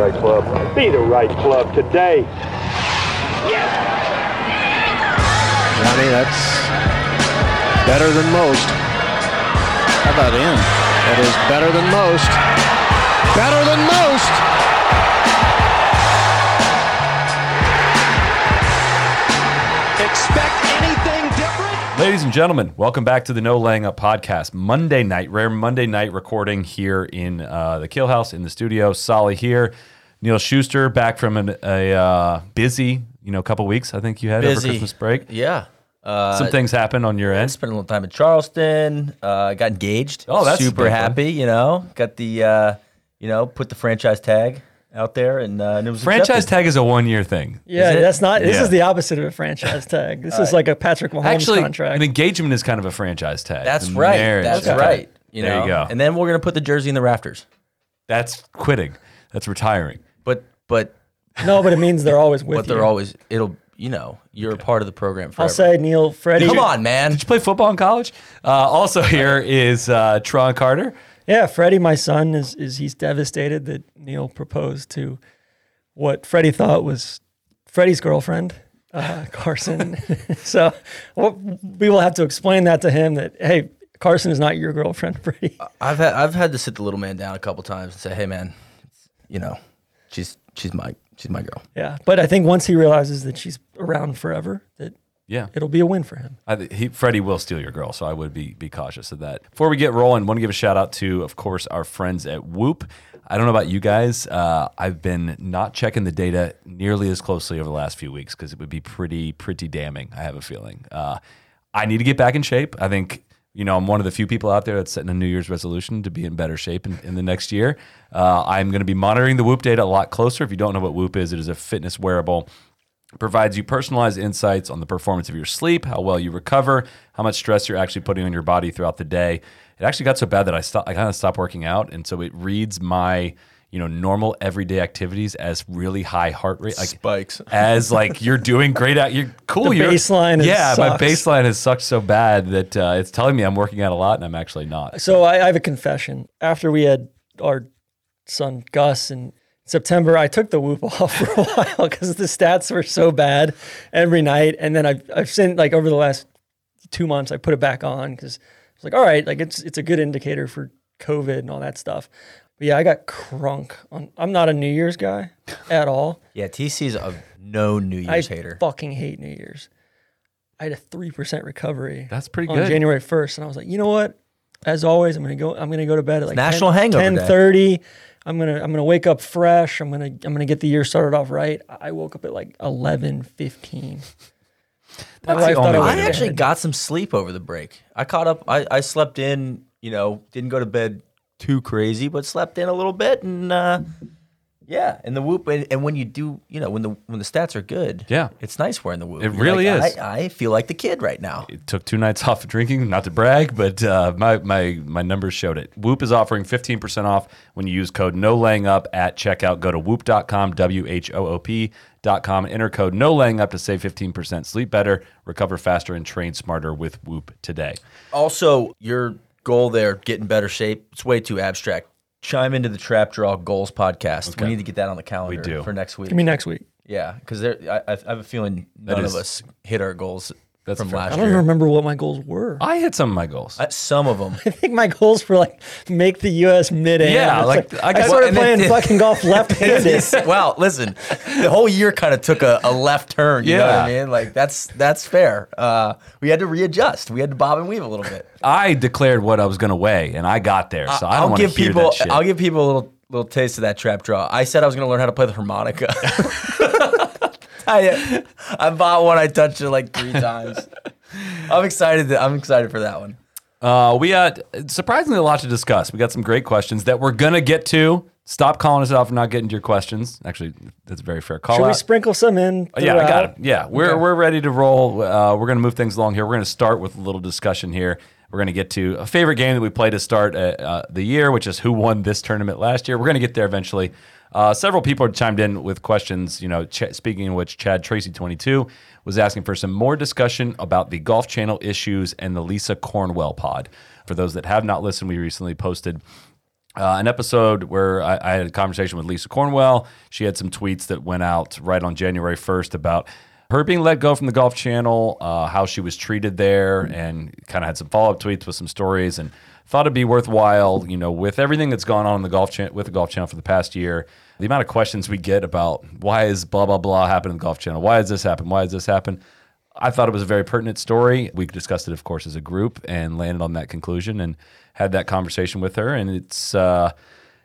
right club. Be the right club today. Johnny, that's better than most. How about in? That is better than most. Better than most. Expect anything different? Ladies and gentlemen, welcome back to the No Laying Up podcast. Monday night, rare Monday night recording here in uh, the Kill House in the studio. Solly here, Neil Schuster back from an, a uh, busy, you know, couple weeks. I think you had over Busy. Christmas break. Yeah. Uh, Some things happened on your end. spent a little time in Charleston. Uh, got engaged. Oh, that's a super big happy. You know, got the uh, you know put the franchise tag out there, and, uh, and it was Franchise accepted. tag is a one-year thing. Yeah, it? that's not. This Yeah. is the opposite of a franchise tag. This is like a Patrick Mahomes Actually, an contract. engagement is kind of a franchise tag. That's The right. marriage That's tag. right. You know. There you go. And then we're gonna put the jersey in the rafters. That's quitting. That's retiring. But but no, but it means they're always with but they're you. always it'll you know you're a part of the program forever. I'll say Neil, Freddie. Come on, man. Did you play football in college? Uh, also here is uh, Tron Carter. Yeah, Freddie, my son is is he's devastated that Neil proposed to what Freddie thought was Freddie's girlfriend, uh, Carson. so well, we will have to explain that to him that hey, Carson is not your girlfriend, Freddie. I've had I've had to sit the little man down a couple times and say, hey man, you know, she's she's my she's my girl. Yeah, but I think once he realizes that she's around forever, that Yeah. it'll be a win for him. I, th- he, Freddie will steal your girl, so I would be be cautious of that. Before we get rolling, want to give a shout out to, of course, our friends at Whoop. I don't know about you guys. Uh, I've been not checking the data nearly as closely over the last few weeks because it would be pretty pretty damning. I have a feeling. Uh, I need to get back in shape. I think you know I'm one of the few people out there that's setting a New Year's resolution to be in better shape in, in the next year. Uh, I'm going to be monitoring the Whoop data a lot closer. If you don't know what Whoop is, it is a fitness wearable provides you personalized insights on the performance of your sleep, how well you recover, how much stress you're actually putting on your body throughout the day. It actually got so bad that I stopped, I kind of stopped working out, and so it reads my you know normal everyday activities as really high heart rate like Spikes. as like you're doing great at you're cool The you're, baseline has yeah my sucked. baseline has sucked so bad that uh, it's telling me i'm working out a lot and i'm actually not So I, I have a confession. After we had our son Gus in September, I took the whoop off for a while because the stats were so bad every night. And then I've I've seen like over the last two months, I put it back on because it's like all right, like it's it's a good indicator for COVID and all that stuff. But yeah, I got crunk on. I'm not a New Year's guy at all. Yeah, TC's a no New I Year's hater. fucking hate New Year's. I had a three percent recovery. That's pretty on good. January first, and I was like, you know what? As always, I'm gonna go. I'm gonna go to bed at like National Hangover Day. Ten thirty. I'm gonna I'm gonna wake up fresh. I'm gonna I'm gonna get the year started off right. I woke up at like eleven fifteen. That's the only way I to do actually got some sleep over the break. I caught up. I, I slept in. You know, didn't go to bed too crazy, but slept in a little bit, and uh, yeah, and the whoop. And, and when you do, you know, when the when the stats are good, Yeah. it's nice wearing the whoop. It You're really like, is. I, I feel like the kid right now. it took two nights off of drinking, not to brag, but uh, my, my my numbers showed it. Whoop is offering 15% off when you use code no laying up at checkout. Go to whoop.com, W H O O P.com, enter code no laying up to save 15%. Sleep better, recover faster, and train smarter with Whoop today. Also, your goal there, get in better shape. It's way too abstract. Chime into the Trap Draw Goals podcast. We need to get that on the calendar do. for next week. I mean, next week. yeah, because I, I have a feeling none is- of us hit our goals That's from fair. last I don't year. even remember what my goals were. I I hit some of my goals. Uh, some of them. think my goals were like make the U.S. mid AM. Yeah, like, I I, got- started and then- playing fucking golf left-handed. well, listen, the whole year kind of took a, a left turn. You know what I Yeah. mean? Like that's that's fair. Uh, we had to readjust. We had to bob and weave a little bit. I declared what I was going to weigh, and I got there. So I, don't will want to give hear people. that shit. I'll give people a little little taste of that trap draw. I said I was going to learn how to play the harmonica. I, I bought one. I touched it like three times. I'm excited. That, I'm excited for that one. Uh, we had surprisingly a lot to discuss. We got some great questions that we're gonna get to. Stop calling us out for not getting to your questions. Actually, that's a very fair call. Should we out. sprinkle some in? Uh, Oh, yeah, I got throughout? it. Yeah, we're we're ready to roll. Uh, we're gonna move things along here. We're gonna start with a little discussion here. We're gonna get to a favorite game that we play to start uh, uh, the year, which is who won this tournament last year. We're gonna get there eventually. Uh, several people had chimed in with questions. You know, Ch- speaking of which, Chad Tracy twenty two was asking for some more discussion about the Golf Channel issues and the Lisa Cornwell pod. For those that have not listened, we recently posted uh, an episode where I, I had a conversation with Lisa Cornwell. She had some tweets that went out right on January 1st about her being let go from the Golf Channel, uh, how she was treated there, and kind of had some follow up tweets with some stories. And thought it'd be worthwhile, you know, with everything that's gone on in the golf chan with the Golf Channel for the past year, the amount of questions we get about why is blah blah blah happening in the Golf Channel, why does this happen, why does this happen. I thought it was a very pertinent story. We discussed it, of course, as a group and landed on that conclusion and had that conversation with her. And it's uh,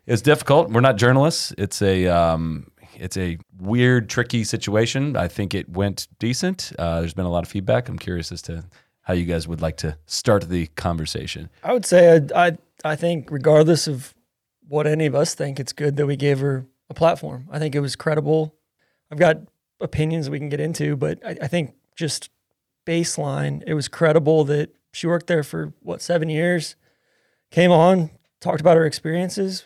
it's difficult. We're not journalists. It's a um, it's a weird, tricky situation. I think it went decent. Uh, there's been a lot of feedback. I'm curious as to how you guys would like to start the conversation. I would say I, I I think regardless of what any of us think, it's good that we gave her a platform. I think it was credible. I've got opinions we can get into, but I, I think just baseline, it was credible that she worked there for what seven years, came on, talked about her experiences.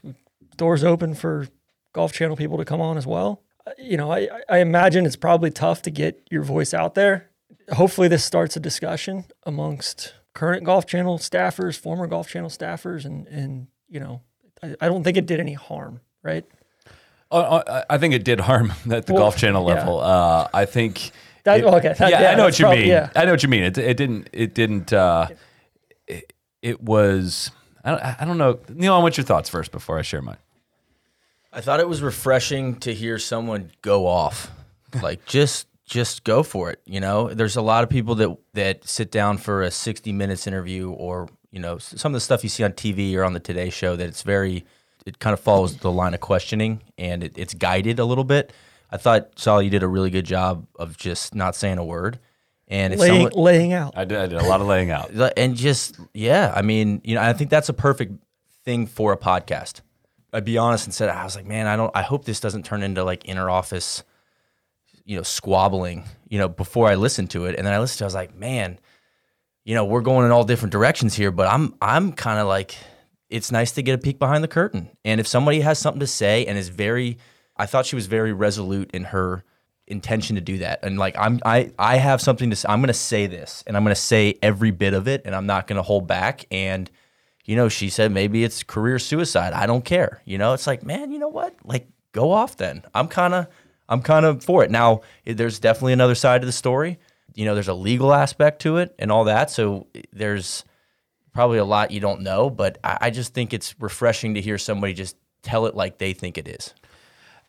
Doors open for Golf Channel people to come on as well. Uh, You know, I I- I imagine it's probably tough to get your voice out there hopefully this starts a discussion amongst current golf channel staffers former golf channel staffers and and you know i, I don't think it did any harm right Uh, I I think it did harm at the Well, Golf Channel yeah. level. Uh, I think. That- it- okay, yeah, that- yeah, I know what that's you prob- mean. yeah. I know what you mean. It, it didn't. It didn't. Uh, it, it was. I don't, I don't know, Neil. I want your thoughts first before I share mine. I thought it was refreshing to hear someone go off. Like just just go for it, you know? There's a lot of people that that sit down for a 60 minutes interview or, you know, s- some of the stuff you see on TV or on the Today show that it's very it kind of follows the line of questioning and it, it's guided a little bit. I thought Sal you did a really good job of just not saying a word. And if laying, someone, laying out I did, I did a lot of laying out. Le- and just yeah i mean you know i think that's a perfect thing for a podcast i'd be honest and said i was like man i don't i hope this doesn't turn into like inner office you know squabbling you know before i listened to it and then i listened to it, i was like man you know we're going in all different directions here but i'm i'm kind of like it's nice to get a peek behind the curtain and if somebody has something to say and is very i thought she was very resolute in her intention to do that and like i'm i i have something to say i'm going to say this and i'm going to say every bit of it and i'm not going to hold back and you know she said maybe it's career suicide i don't care you know it's like man you know what like go off then i'm kind of i'm kind of for it now it- there's definitely another side to the story you know there's a legal aspect to it and all that so i- there's probably a lot you don't know but i, I just think it's refreshing to hear somebody just tell it like they think it is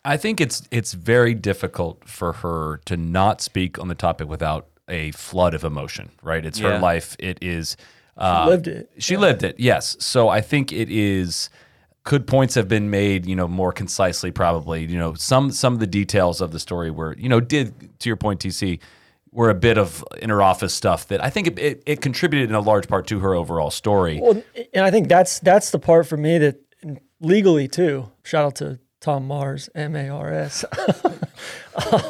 I think it's it's very difficult for her to not speak on the topic without a flood of emotion. Right? It's her Yeah. life. It is. Uh, lived it She lived it, yes. So I think it is. Could points have been made, you know, more concisely? Probably, you know, some some of the details of the story were, you know, did to your point, TC, were a bit of inner office stuff that I think it, it, it contributed in a large part to her overall story. well and i think that's that's the part for me that and legally too shout out to tom mars m-a-r-s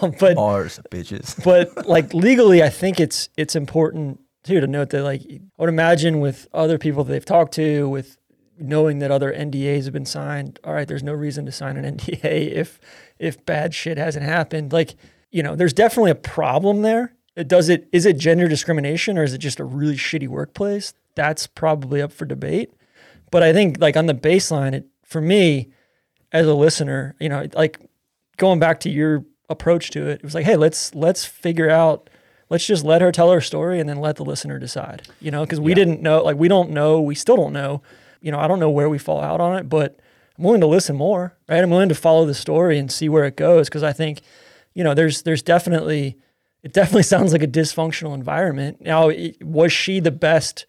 Um, but ours bitches but like legally, I think it's it's important too to note that like I would imagine with other people that they've talked to, with knowing that other NDAs have been signed. All right, there's no reason to sign an NDA if if bad shit hasn't happened. Like you know, there's definitely a problem there. It does it is it gender discrimination or is it just a really shitty workplace? That's probably up for debate. But I think like on the baseline, it for me as a listener, you know, like going back to your approach to it, it was like, hey, let's let's figure out, let's just let her tell her story and then let the listener decide. You know, because we didn't know, like we don't know, we still don't know. You know, I don't know where we fall out on it, but I'm willing to listen more, right? I'm willing to follow the story and see where it goes because I think, you know, there's there's definitely it definitely sounds like a dysfunctional environment. Now, it, was she the best?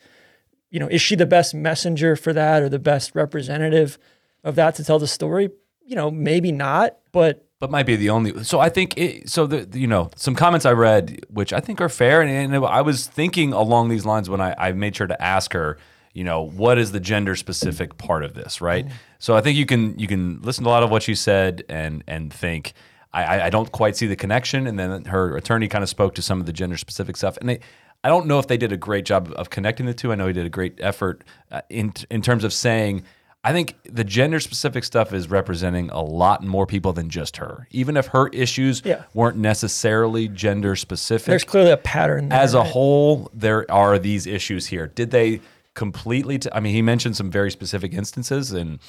you know, is she the best messenger for that or the best representative of that to tell the story? You know, maybe not, but but might be the only. So I think it, so. The the, you know some comments I read, which I think are fair, and, and I was thinking along these lines when I, I made sure to ask her, you know, what is the gender specific part of this, right? So I think you can you can listen to a lot of what she said and and think. I, I- I don't quite see the connection, and then her attorney kind of spoke to some of the gender specific stuff, and they, I don't know if they did a great job of connecting the two. I know he did a great effort uh, in in terms of saying I think the gender specific stuff is representing a lot more people than just her. Even if her issues Yeah. weren't necessarily gender specific, there's clearly a pattern there. as a whole, there are these issues here. Did they completely? T- I mean, he mentioned some very specific instances, and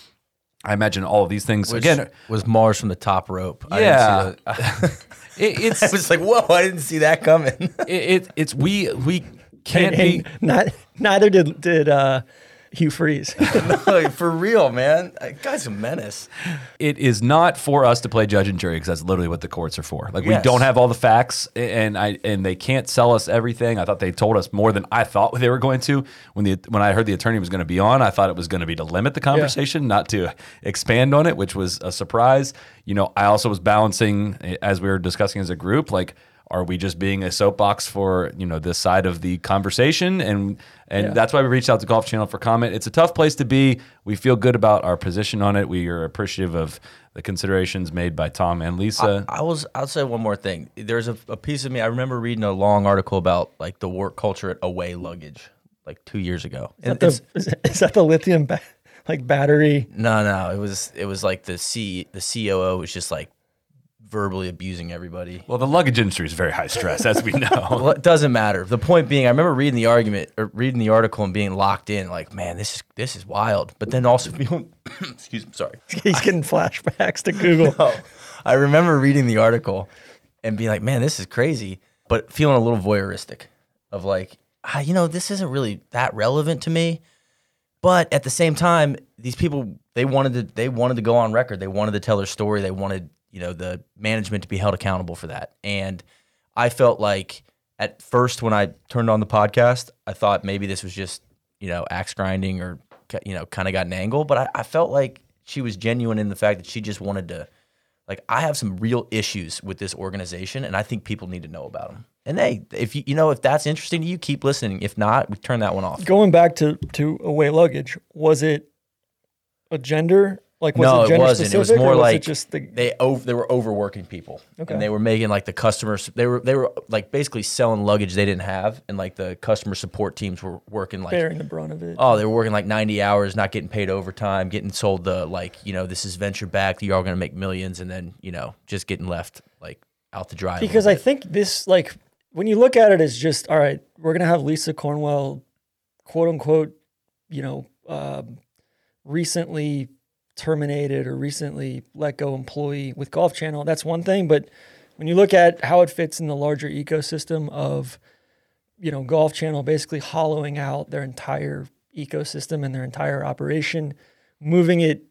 I imagine all of these things Which again. was Mars from the top rope. I Yeah. didn't see that. It, I it's it, was like, whoa, I didn't see that coming. it, it's we we can't And, be. and not, neither did did uh, Hugh Freeze. like, for real, man. That guy's a menace. It is not for us to play judge and jury because that's literally what the courts are for. Like we Yes. don't have all the facts, a- and I and they can't sell us everything. I thought they told us more than I thought they were going to. When the when I heard the attorney was going to be on, I thought it was going to be to limit the conversation, not to expand on it, which was a surprise. You know, I also was balancing eh, as we were discussing as a group, like. Are we just being a soapbox for you know this side of the conversation, and and that's why we reached out to Golf Channel for comment. It's a tough place to be. We feel good about our position on it. We are appreciative of the considerations made by Tom and Lisa. I was. I'll say one more thing. There's a, a piece of me. I remember reading a long article about like the work culture at Away Luggage, like two years ago. And The- it's- is, is that the lithium ba- like battery? no, no, it was it was like the C the COO was just like verbally abusing everybody. well, the luggage industry is very high stress, as we know. Well, it doesn't matter. The point being, I remember reading the argument or reading the article and being locked in, like, man, this is this is wild. But then also being, excuse me, sorry. He's getting flashbacks to Google. Oh, I remember reading the article and being like, man, this is crazy, but feeling a little voyeuristic of like, ah, you know, this isn't really that relevant to me. But at the same time, these people they wanted to they wanted to go on record. They wanted to tell their story. They wanted, you know, the management to be held accountable for that. And I felt like at first when I turned on the podcast, I thought maybe this was just, you know, axe grinding or you know, kind of got an angle, but I, I felt like she was genuine in the fact that she just wanted to like I have some real issues with this organization, and I think people need to know about them. And hey, if you you know if that's interesting to you, keep listening. If not, we turn that one off. Going back to to away luggage, was it a gender? Like was no, it it gender wasn't. It was specific, or more like it just the they over, they were overworking people, Okay. and they were making like the customers. They were they were like basically selling luggage they didn't have, and like the customer support teams were working like bearing the brunt of it. Oh, they were working like 90 hours, not getting paid overtime, getting sold the like, you know, this is venture back, you're all going to make millions and then, you know, just getting left like out to dry. a little because I bit. think this like when you look at it as just all right, we're gonna have Lisa Cornwell, quote unquote, you know, um, recently terminated or recently let go employee with Golf Channel. That's one thing, but when you look at how it fits in the larger ecosystem of, you know, Golf Channel basically hollowing out their entire ecosystem and their entire operation, moving it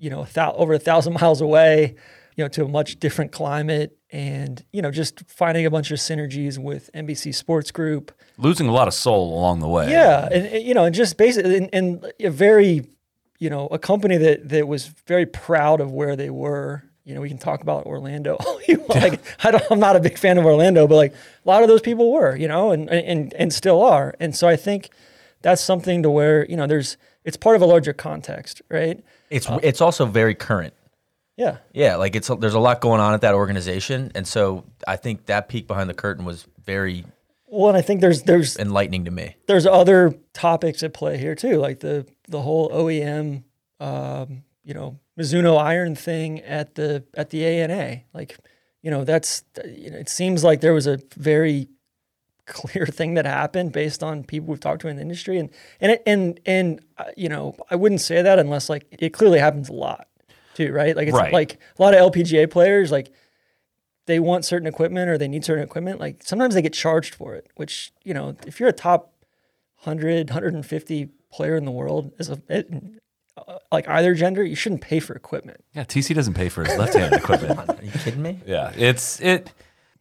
you know, a thou- over a thousand miles away, you know, to a much different climate and, you know, just finding a bunch of synergies with NBC Sports Group. Losing a lot of soul along the way. Yeah. And, and, you know, and just basically, and, and a very, you know, a company that, that was very proud of where they were. You know, we can talk about Orlando. all you want. like, I don't, I'm not a big fan of Orlando, but like a lot of those people were, you know, and, and, and still are. And so I think that's something to where, you know, there's, it's part of a larger context, right? it's it's also very current. Yeah. Yeah, like it's there's a lot going on at that organization, and so I think that peek behind the curtain was very Well, and I think there's, there's, enlightening to me. there's other topics at play here too, like the the whole E OEM, um, you know, Mizuno Iron thing at the at the ANA. Like, you know, that's you know, it seems like there was a very clear thing that happened based on people we've talked to in the industry, and and it, and and uh, you know, I wouldn't say that unless like it clearly happens a lot too, right? Like it's Right. like a lot of LPGA players like they want certain equipment or they need certain equipment like sometimes they get charged for it which you know if you're a top 100 150 player in the world as a it, uh, like either gender you shouldn't pay for equipment Yeah, TC doesn't pay for his left-handed equipment. Are you kidding me? Yeah, it's it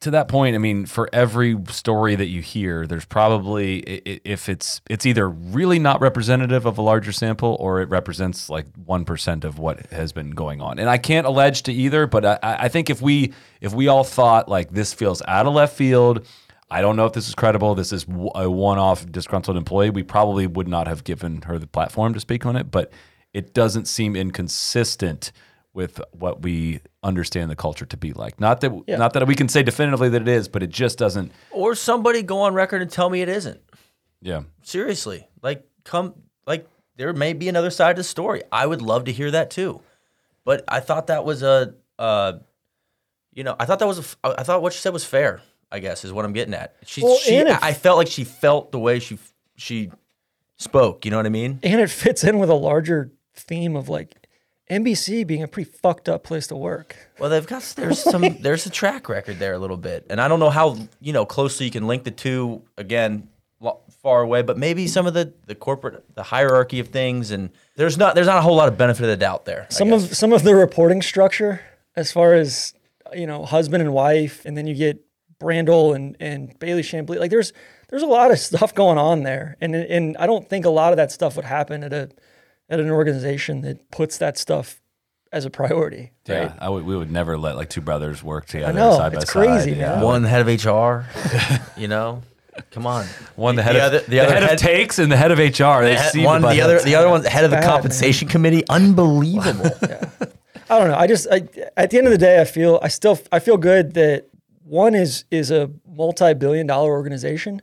to that point. I mean, for every story that you hear, there's probably i- i- if it's it's either really not representative of a larger sample or it represents like one percent of what has been going on. And I can't allege to either, but I, I I think if we if we all thought like this feels out of left field. I don't know if this is credible. This is w- a one-off disgruntled employee. We probably would not have given her the platform to speak on it, but it doesn't seem inconsistent with what we understand the culture to be like. Not that not that we can say definitively that it is, but it just doesn't. Or somebody go on record and tell me it isn't. Yeah. Seriously, like come like there may be another side to the story. I would love to hear that too, but I thought that was a uh, you know I thought that was a f- I thought what she said was fair. I guess is what I'm getting at. She, Well, she and if- I felt like she felt the way she she spoke. You know what I mean? and it fits in with a larger theme of like NBC being a pretty fucked up place to work. Well, they've got there's some there's a track record there a little bit, and I don't know how you know closely you can link the two again lo- far away, but maybe some of the the corporate the hierarchy of things, and there's not there's not a whole lot of benefit of the doubt there. I Some guess. of some of the reporting structure, as far as you know, husband and wife, and then you get Brandel and and Bailey Chamblee. Like there's there's a lot of stuff going on there, and and I don't think a lot of that stuff would happen at a at an organization that puts that stuff as a priority. Yeah, I would, we would never let like two brothers work together know, side by it's side. crazy, yeah. man. one head of HR, you know, come on, One the head the of other, the, the other head, of takes and the head of HR. They head- see one the other the other one's the head of the Bad, man. compensation committee. Unbelievable. I don't know. I just I, at the end of the day, I feel I still I feel good that one is is a multi-billion dollar organization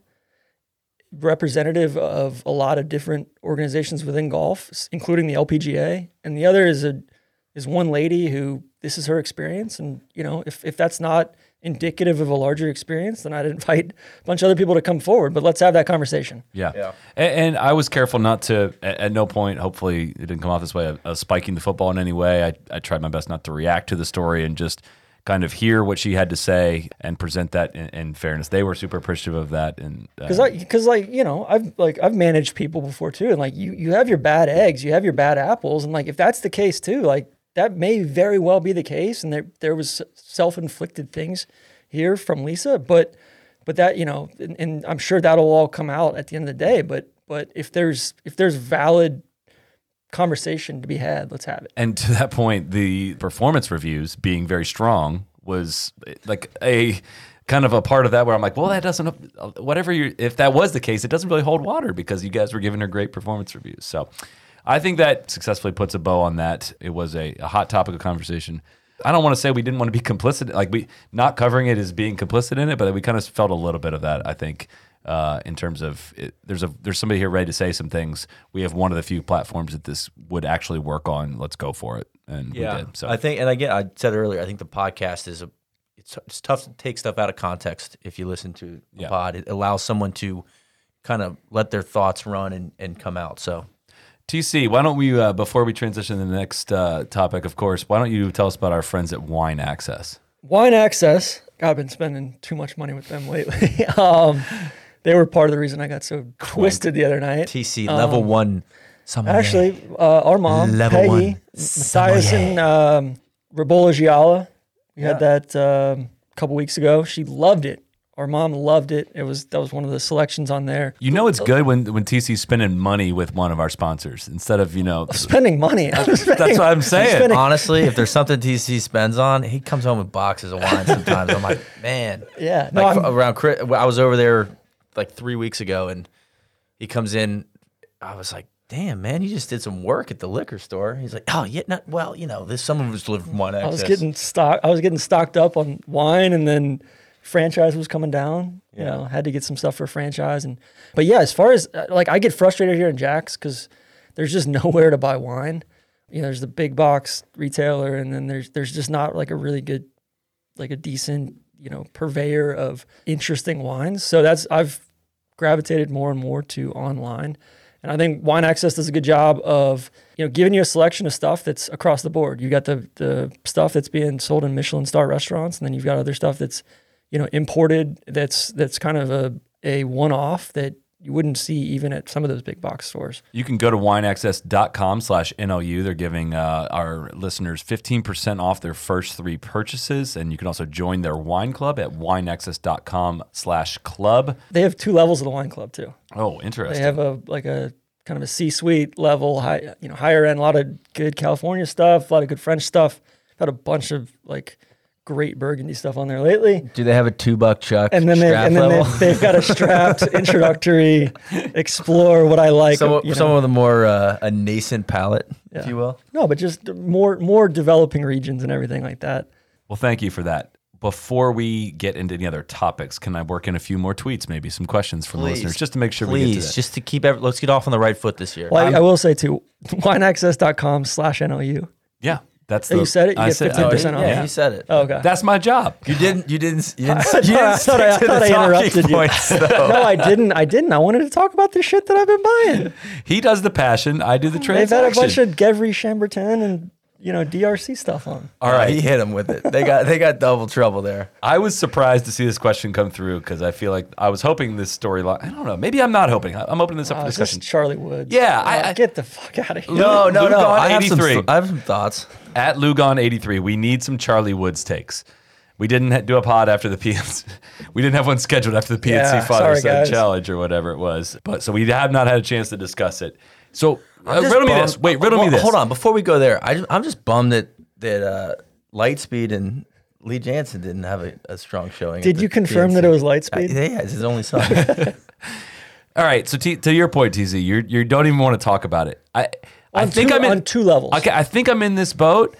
representative of a lot of different organizations within golf, s- including the LPGA, and the other is a is one lady who this is her experience, and you know if if that's not indicative of a larger experience, then I'd invite a bunch of other people to come forward. But let's have that conversation. Yeah. A- And, I was careful not to, at, at no point, hopefully it didn't come off this way, of, of spiking the football in any way. I, I tried my best not to react to the story and just kind of hear what she had to say and present that in, in fairness. They were super appreciative of that. And uh, Cause, I, cause, like you know, I've like I've managed people before too, and like you, you have your bad eggs, you have your bad apples, and like if that's the case too, like that may very well be the case, and there there was self inflicted things here from Lisa, but but that you know, and, and I'm sure that'll all come out at the end of the day, but but if there's if there's valid conversation to be had, let's have it. and to that point, the performance reviews being very strong was eh, like a kind of a part of that where I'm like, well, that doesn't, whatever you, if that was the case, it doesn't really hold water because you guys were giving her great performance reviews. So I think that successfully puts a bow on that. It was a, a hot topic of conversation. I don't want to say we didn't want to be complicit, like we not covering it as being complicit in it, but we kind of felt a little bit of that. I think uh, in terms of it, there's a there's somebody here ready to say some things. We have one of the few platforms that this would actually work on. Let's go for it, and we did. So I think, and again, I said earlier, I think the podcast is a. It's, it's tough to take stuff out of context if you listen to a Yeah. pod. It allows someone to kind of let their thoughts run and, and come out. So TC, why don't we uh, before we transition to the next uh, topic? Of course, why don't you tell us about our friends at Wine Access? Wine Access. God, I've been spending too much money with them lately. um, they were part of the reason I got so twisted the other night. TC level one. Someone Actually, uh, our mom, Level Peggy, one. Matthias and um, Ribolla Gialla, we had that um, a couple weeks ago. She loved it. Our mom loved it. It was that was one of the selections on there. You know it's good when when TC's spending money with one of our sponsors instead of you know. Spending money. That's what I'm saying. spending- Honestly, if there's something TC spends on, he comes home with boxes of wine sometimes. I'm like, man. Yeah. No, Like I'm- f- around Chri- I was over there like three weeks ago, and he comes in. I was like, "Damn, man, you just did some work at the liquor store." He's like, "Oh, yeah, not well, you know, this some of us live from one access." I was getting stock. I was getting stocked up on wine, and then franchise was coming down. You know, had to get some stuff for franchise, and but yeah, as far as uh, like I get frustrated here in Jack's because there's just nowhere to buy wine. You know, there's the big box retailer, and then there's there's just not like a really good, like a decent you know purveyor of interesting wines. So that's I've gravitated more and more to online. And I think Wine Access does a good job of, you know, giving you a selection of stuff that's across the board. You got the the stuff that's being sold in Michelin star restaurants, and then you've got other stuff that's, you know, imported that's that's kind of a a one off that you wouldn't see even at some of those big box stores. You can go to wineaccess.com slash NLU. They're giving uh, our listeners 15% off their first three purchases. And you can also join their wine club at wineaccess.com slash club. They have two levels of the wine club too. Oh, They interesting. have a like a kind of a C suite level, high you know, higher end, a lot of good California stuff, a lot of good French stuff. Got a bunch of like great Burgundy stuff on there lately. Do they have a two buck chuck? and then they strap and then level? they've, they've got a strapped introductory explore what I like. Some, you know. someone with a more uh, a nascent palate, if you will. no, but just more more developing regions and everything like that. well, thank you for that. Before we get into any other topics, can I work in a few more tweets, maybe some questions from the listeners, just to make sure we get to Please, that? just to keep every, let's get off on the right foot this year. Well, I, I will say too, wineaccess.com slash NLU. yeah, that's Oh, the... you said it? You I get said- I 15% did, off? yeah, yeah. you said it. Oh, okay. That's my job. you didn't. You didn't. You didn't. I you didn't stick thought- I thought I- to I the thought I talking interrupted you. points, though. no, I didn't. I didn't. I wanted to talk about the shit that I've been buying. He does the passion. I do the They've transaction. had a bunch of Gevry Chambertin and you know, DRC stuff on. All Uh, right. he hit him with it. They got they got double trouble there. I was surprised to see this question come through because I feel like I was hoping this storyline. I don't know. Maybe I'm not hoping. I- I'm opening this up for Uh, it's discussion. just Charlie Woods. Yeah, Uh, I- I- get the fuck out of here. No, Oh, no, Luke no. on Uh, I have, some, 83. th- I have some thoughts. At Lugon83, we need some Charlie Woods takes. We didn't ha- do a pod after the PNC. We didn't have one scheduled after the PNC Yeah, Father sorry, Son guys. Challenge or whatever it was. But so we have not had a chance to discuss it. So uh, Just riddle me bummed- this. Wait, riddle Well, me this. Hold on, before we go there, I just, I'm just bummed that that uh, Lightspeed and Lee Jansen didn't have a, a strong showing. Did you confirm that it was Lightspeed? Uh, yeah, it's his only song. All right. So t- to your point, TZ, you you don't even want to talk about it. I I On think two- I'm in, on two levels. Okay, I think I'm in this boat.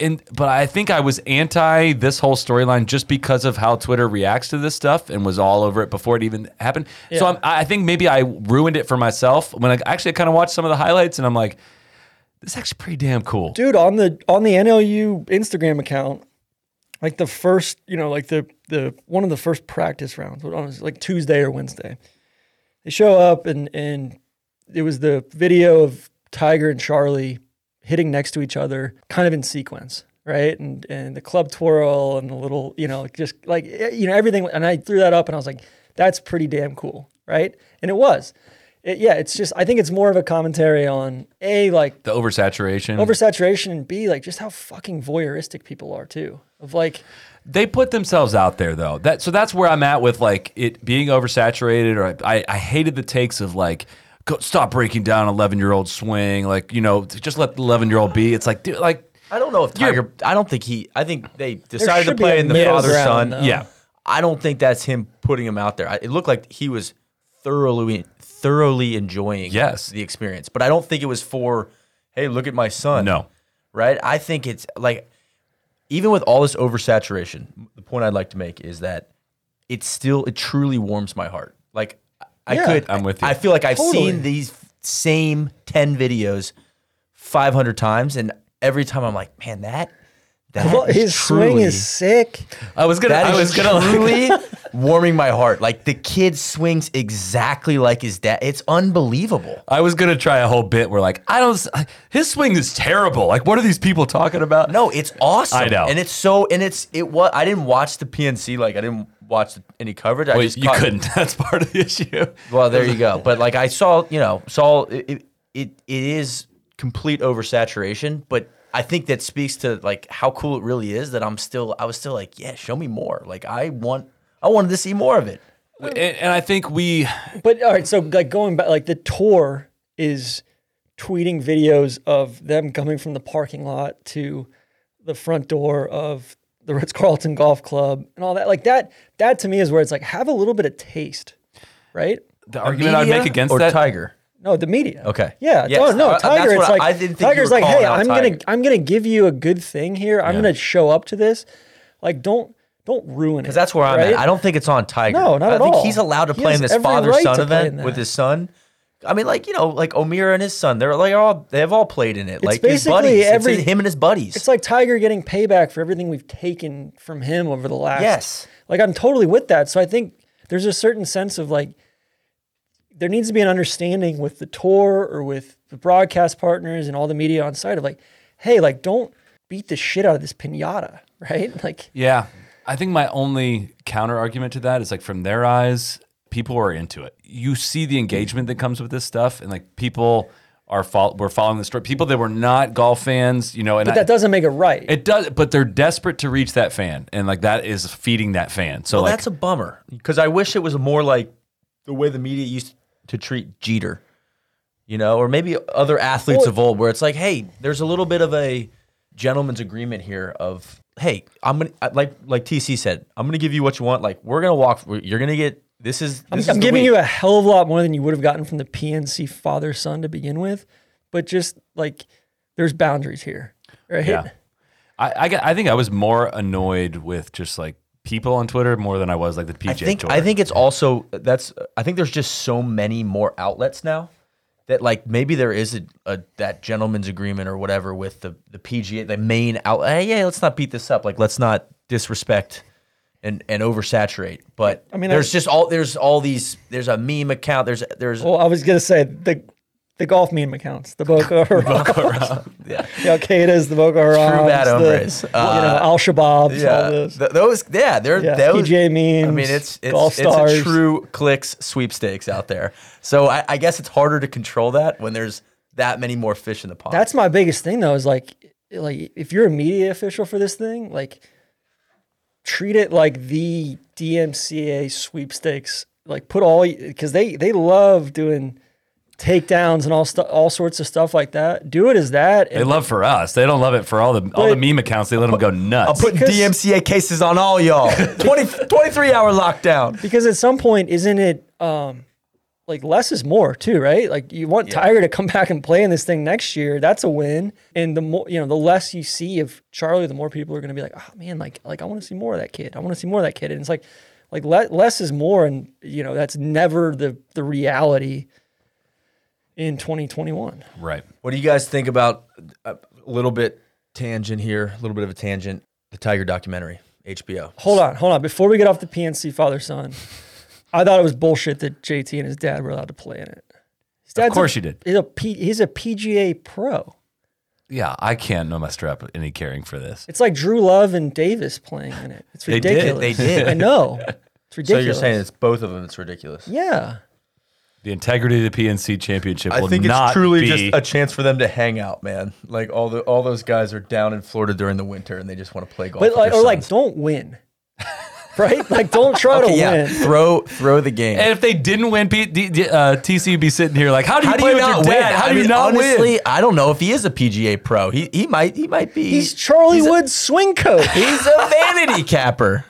And but I think I was anti this whole storyline just because of how Twitter reacts to this stuff and was all over it before it even happened. So Yeah. I'm, I I think maybe I ruined it for myself when I actually kind of watched some of the highlights and I'm like, this is actually pretty damn cool. dude on the on the NLU Instagram account, like the first, you know, like the the one of the first practice rounds, what was it, like Tuesday or Wednesday. They show up and and it was the video of Tiger and Charlie hitting next to each other, kind of in sequence, right? And and the club twirl and the little, you know, just like eh, you know everything. And I threw that up and I was like, that's pretty damn cool, right? And it was. It, yeah, it's just I think it's more of a commentary on a like The oversaturation. Hmm. oversaturation and B, like just how fucking voyeuristic people are too. Of like, they put themselves out there though. That so that's where I'm at with like it being oversaturated. Or I, I, I hated the takes of like go, stop breaking down 11 year old swing. Like you know just let the 11 year old be. It's like dude like I don't know if You're- Tiger. I don't think he. I think they decided to should be play a in the middle father son. ground, though. yeah. I don't think that's him putting him out there. I, it looked like he was thoroughly thoroughly enjoying Yes. the experience, but I don't think it was for hey, look at my son. No. Right? I think it's like even with all this oversaturation, the point I'd like to make is that it still it truly warms my heart. Like I- I Yeah. could I'm with you. I feel like I've Totally. seen these same 10 videos 500 times and every time I'm like, man, that that well, is his swing truly- is sick. I was gonna. that I is was gonna. truly warming my heart. Like the kid swings exactly like his dad. It's unbelievable. I was gonna try a whole bit where like I don't. s- His swing is terrible. Like what are these people talking about? No, it's awesome. I know. and it's so, and it's it was. I didn't watch the PNC. Like I didn't watch any coverage. I Well, just you caught- couldn't. That's part of the issue. Well, there you go. But like I saw, you know, saw it. It, it, it is complete oversaturation, but. I think that speaks to like how cool it really is that I'm still I was still like yeah show me more like I want I wanted to see more of it And, and I think we. But all right, so like going back, like the tour is tweeting videos of them coming from the parking lot to the front door of the Ritz Carlton Golf Club and all that. Like that, that to me is where it's like have a little bit of taste, right? The argument I'd Media make against or that. Tiger No, the media. Okay. Yeah. Yes, Oh no, I- I- that's Tiger. It's what I- like I didn't think you Tiger's were like, hey, calling out I'm Tiger. gonna I'm gonna give you a good thing here. I'm gonna show up to this. Like, don't don't ruin it. Because that's where I'm at. I don't think it's on Tiger. No, not I at think all. he's allowed to He play has in this every father right son to play event in with that. his son. I mean, like you know, like Omira and his son. They're like all they've all played in it. like his basically buddies. every- it's him and his buddies. It's like Tiger getting payback for everything we've taken from him over the last. Yes. Like I'm totally with that. So I think there's a certain sense of like there needs to be an understanding with the tour or with the broadcast partners and all the media on site of like, hey, like don't beat the shit out of this pinata, right? Like Yeah. I think my only counter argument to that is like from their eyes, people are into it. You see the engagement that comes with this stuff, and like people are fol- were following the story. People that were not golf fans, you know, and but I- that doesn't make it right. it does, but they're desperate to reach that fan, and like that is feeding that fan. So Well, like, that's a bummer because I wish it was more like the way the media used to treat Jeter, you know, or maybe other athletes Well- of old, where it's like, hey, there's a little bit of a gentleman's agreement here of, hey, I'm gonna I- like like TC said, I'm gonna give you what you want. Like we're gonna walk, you're gonna get this is. This is I'm the giving week. you a hell of a lot more than you would have gotten from the PNC father son to begin with, but just like there's boundaries here, right? Yeah. I, I got- I think I was more annoyed with just like people on Twitter more than I was like the PJ I think tour. I think it's also that's I think there's just so many more outlets now that like maybe there is a, a that gentleman's agreement or whatever with the the PGA the main outlet. Hey, yeah, let's not beat this up. Like let's not disrespect and and oversaturate. But I mean, mean, there's I- Oh, just all there's all these there's a meme account. There's there's Well, I was gonna say the the golf meme accounts, the Boko Harams, yeah, the Al Qaeda's, the Boko Harams, bad the, hombres. you know, Uh, Al Shabaabs, all Yeah, those. th- those. Yeah, they're Yeah, those. PJ I memes, mean, it's it's, golf it's stars. a true clicks sweepstakes out there. So I, I guess it's harder to control that when there's that many more fish in the pond. That's my biggest thing though, is like like if you're a media official for this thing, like treat it like the DMCA sweepstakes. Like put all because they they love doing takedowns and all stuff all sorts of stuff like that. Do it as that. They And love for us. They don't love it for all the all the But- meme accounts. They let them go I'll nuts. put because- DMCA cases on all y'all. 20, 23 hour lockdown. because at some point, isn't it um like less is more too, right? Like you want Tiger to come back and play in this thing next year. That's a win. And the more you know, the less you see of Charlie, the more people are gonna be like, oh man, like like I want to see more of that kid. I want to see more of that kid. And it's like like le- less is more, and you know that's never the the reality in 2021. right. What do you guys think about a little bit tangent here? A little bit of a tangent. The Tiger documentary, HBO. Hold on, hold on. Before we get off the PNC father son, I thought it was bullshit that JT and his dad were allowed to play in it. His dad's course a, you did. He's a, P, he's a PGA pro. Yeah, I can't know my strap any caring for this. It's like Drew Love and Davis playing in it. It's did, ridiculous. they did. I know. It's So ridiculous. you're saying it's both of them? It's ridiculous. yeah. The integrity of the PNC championship will not be chance for them to hang out, man. Like all the all those guys are down in Florida during the winter and they just want to play golf. But with like, their or like, sons. don't win. right? Like, don't try to Okay, yeah, win. throw throw the game. And if they didn't win, P- D- D- uh, TC would be sitting here like, how do you How do play you with your not dad? win? How I do you mean, not honestly, win? I don't know if he is a PGA pro. He he might he might be. He's Charlie he's a- Wood's swing coach. He's a vanity capper.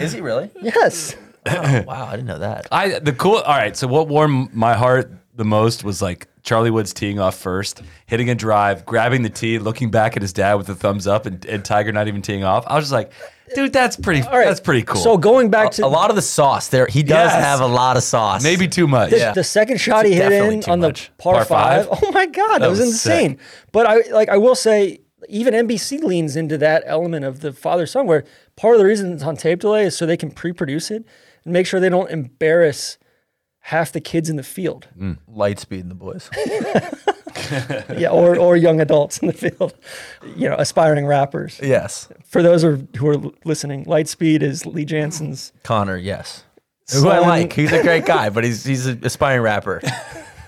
is he really? yes. Wow, I didn't know that. I the cool. All right, so what warmed my heart the most was like Charlie Woods teeing off first, hitting a drive, grabbing the tee, looking back at his dad with a thumbs up, and, and Tiger not even teeing off. I was just like, dude, that's pretty. All right. That's pretty cool. So going back A to lot of the sauce there. He does Yes. have a lot of sauce. maybe too much. the, the second shot he hit definitely in too on much. the par, Par five. five? Oh my god, that, was, was sick. insane. But I like I will say, even NBC leans into that element of the father son, where part of the reason it's on tape delay is so they can pre-produce it and make sure they don't embarrass half the kids in the field. light speed in the boys. Yeah, or or young adults in the field, you know, aspiring rappers. yes, For those are, who are listening, Lightspeed is Lee Jansen's. Connor. Yes, who I son. like. He's a great guy, but he's he's an aspiring rapper.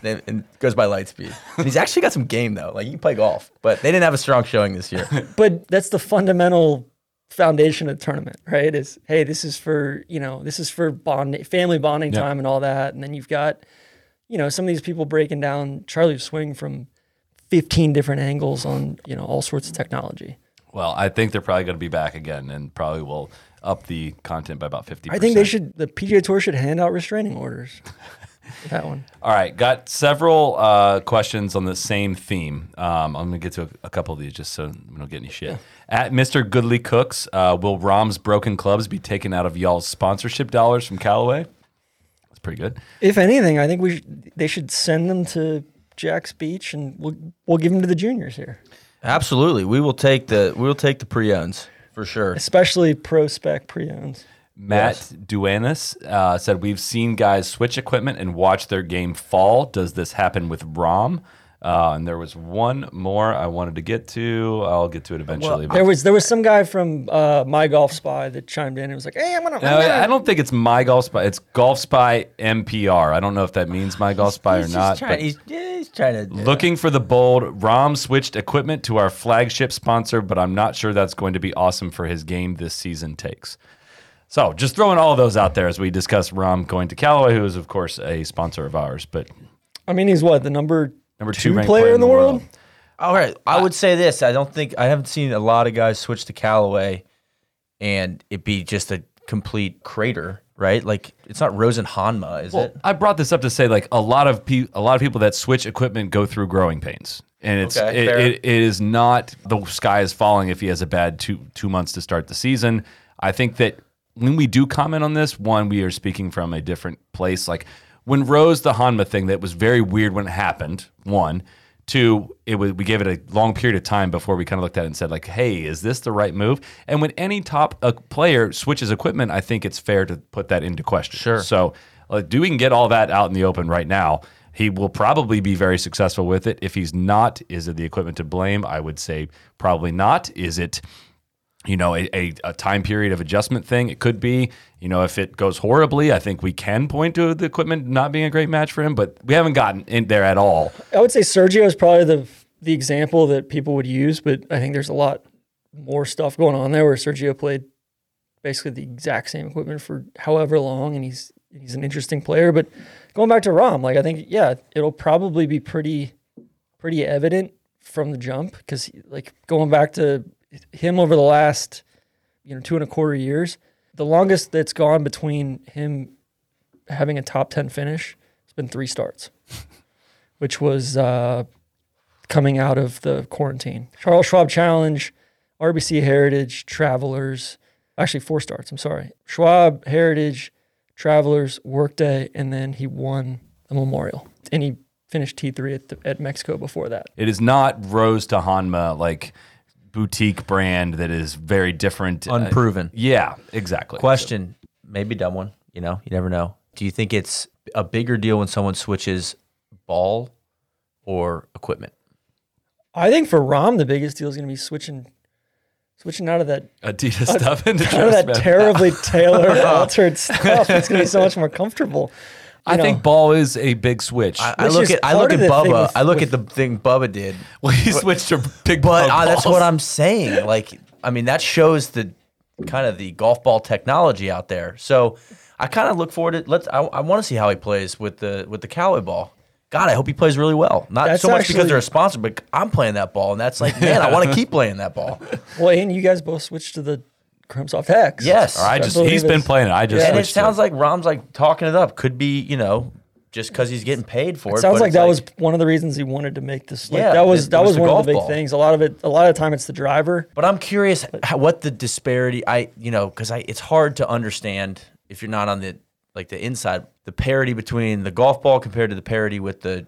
And, and goes by Lightspeed. And he's actually got some game though. Like he can play golf, but they didn't have a strong showing this year. but that's the fundamental foundation of the tournament, right? Is hey, this is for you know, this is for bond family bonding Yeah. time and all that, and then you've got you know some of these people breaking down Charlie's swing from fifteen different angles on you know all sorts of technology. Well, I think they're probably going to be back again, and probably will up the content by about fifty. I think they should the PGA Tour should hand out restraining orders. that one. All right, got several uh, questions on the same theme. Um, I'm gonna get to a, a couple of these just so we don't get any shit. At Mr. Goodley Cooks, uh, will Rom's broken clubs be taken out of y'all's sponsorship dollars from Callaway? That's pretty good. If anything, I think we should, they should send them to Jack's Beach, and we'll we'll give them to the juniors here, Absolutely, we will take the we will take the pre-owns for sure. especially pro spec pre-owns. Matt Duanis uh, said, "We've seen guys switch equipment and watch their game fall. Does this happen with Rom?" Uh, and there was one more I wanted to get to. I'll get to it eventually. but- There was there was some guy from uh, my golf spy that chimed in and was like, "Hey, I'm gonna." I'm No, gonna- I don't think it's my golf spy. It's golf spy MPR. I don't know if that means my golf spy or He's not. just but trying, he's, yeah, he's trying to looking for the bold. Rom switched equipment to our flagship sponsor, but I'm not sure that's going to be awesome for his game this season takes. So just throwing all those out there as we discuss Rom going to Callaway, who is of course a sponsor of ours, but I mean, he's what the number number two, two, player, ranked player in the world. All right, I would say this. I don't think I haven't seen a lot of guys switch to Callaway, and it be just a complete crater, right? Like it's not Rosen Hanma, is Well, it? I brought this up to say like a lot of pe- a lot of people that switch equipment go through growing pains, and it's Okay, it, fair. it, it is not the sky is falling if he has a bad two two months to start the season. I think that when we do comment on this, one we are speaking from a different place. Like when Rose the Hanma thing, that was very weird when it happened. One. Two, it was, we gave it a long period of time before we kind of looked at it and said, like, hey, is this the right move? And when any top uh, player switches equipment, uh, I think it's fair to put that into question. Sure. So like, do we can get all that out in the open right now? He will probably be very successful with it. If he's not, is it the equipment to blame? I would say probably not. Is it you know, a, a, a time period of adjustment thing. It could be, you know, if it goes horribly, I think we can point to the equipment not being a great match for him, but we haven't gotten in there at all. I would say Sergio is probably the the example that people would use, but I think there's a lot more stuff going on there where Sergio played basically the exact same equipment for however long, and he's he's an interesting player. But going back to Rom, like I think yeah, it'll probably be pretty pretty evident from the jump because like going back to him over the last you know two and a quarter years, the longest that's gone between him having a top ten finish, it's been three starts, which was. uh coming out of the quarantine. Charles Schwab Challenge, RBC Heritage, Travelers, actually four starts, I'm sorry. Schwab, Heritage, Travelers, Workday, and then he won the Memorial. And he finished T3 at, the, at Mexico before that. It is not Rose to Hanma like boutique brand that is very different. Uh, Unproven. yeah, exactly. Question, maybe dumb one. You know, you never know. Do you think it's a bigger deal when someone switches ball or equipment? I think for Rom, the biggest deal is going to be switching switching out of that Adidas stuff into out of Travis that Bannister. terribly tailored, altered stuff. It's going to be so much more comfortable. I you know. think ball is a big switch. I, I Which look is at I part look at of the thing Bubba. with- I look with- at the thing Bubba did, well, he switched to big but ball uh, that's what balls. I'm saying. Like, I mean, that shows the kind of the golf ball technology out there. So I kind of look forward to let's. I, I want to see how he plays with the with the Callaway ball. God, I hope he plays really well. Not That's so much because actually- they're a sponsor, but I'm playing that ball, and that's like, man, I want to keep playing that ball. Well, and you guys both switched to the Chrome Soft X. Yes, Or I just believe he's been it's- playing it. I just Yeah. and it switched to sounds like Rom's like talking it up. Could be, you know, just because he's getting paid for it. It sounds but like it's that was one of the reasons he wanted to make this. Like, Yeah, that was it- that it was was, the one of golf the big ball. things. A lot of it, a lot of time, it's the driver. But I'm curious how, what the disparity. I you know because I it's hard to understand if you're not on the like the inside the parity between the golf ball compared to the parity with the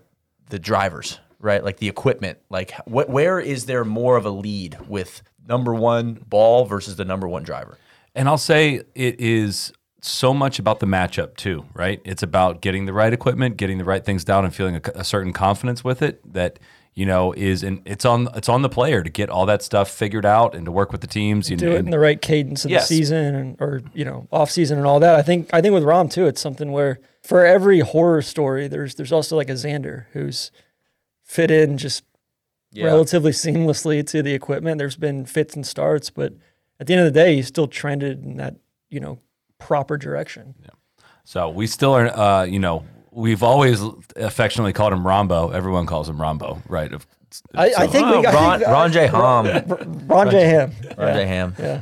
the drivers right like the equipment like what where is there more of a lead with number one ball versus the number one driver And I'll say it is so much about the matchup too, right? It's about getting the right equipment, getting the right things down, and feeling a, a certain confidence with it that you know is and it's on it's on the player to get all that stuff figured out and to work with the teams. You Do know, it in the right cadence of Yes. the season, and, or you know, off season and all that. I think I think with Rom too, it's something where for every horror story, there's there's also like a Xander who's fit in just relatively seamlessly to the equipment. There's been fits and starts, but at the end of the day, he still trended in that you know proper direction. so we still are, uh, you know, we've always affectionately called him Rombo. Everyone calls him Rombo, right? Of- I, I think Oh, we got Ron, Ron J. Hom. Ron J. Ham. Ron J. Ham. Yeah.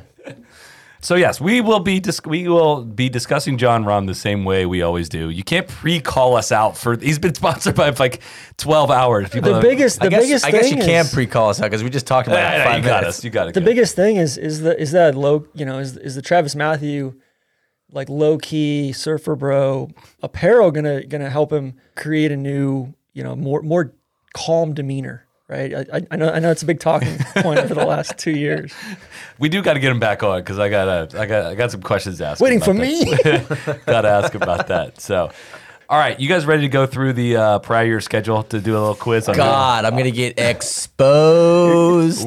So yes, we will be dis- we will be discussing John Rom the same way we always do. You can't pre-call us out for he's been sponsored by like twelve hours. People The have- biggest, the I guess, biggest. I guess thing you can is- pre-call us out because we just talked about it Yeah, for five you minutes. got us. You got it. the biggest thing is is the is that low you know is is the Travis Matthew like low key surfer bro apparel gonna gonna help him create a new you know more more calm demeanor right I, I- I know I know it's a big talking point over the last two years We do got to get him back on because I got I got I got some questions to ask. waiting about for that. me got to ask about that. So, all right, you guys ready to go through the uh, prior year schedule to do a little quiz? on God, I'm gonna get exposed.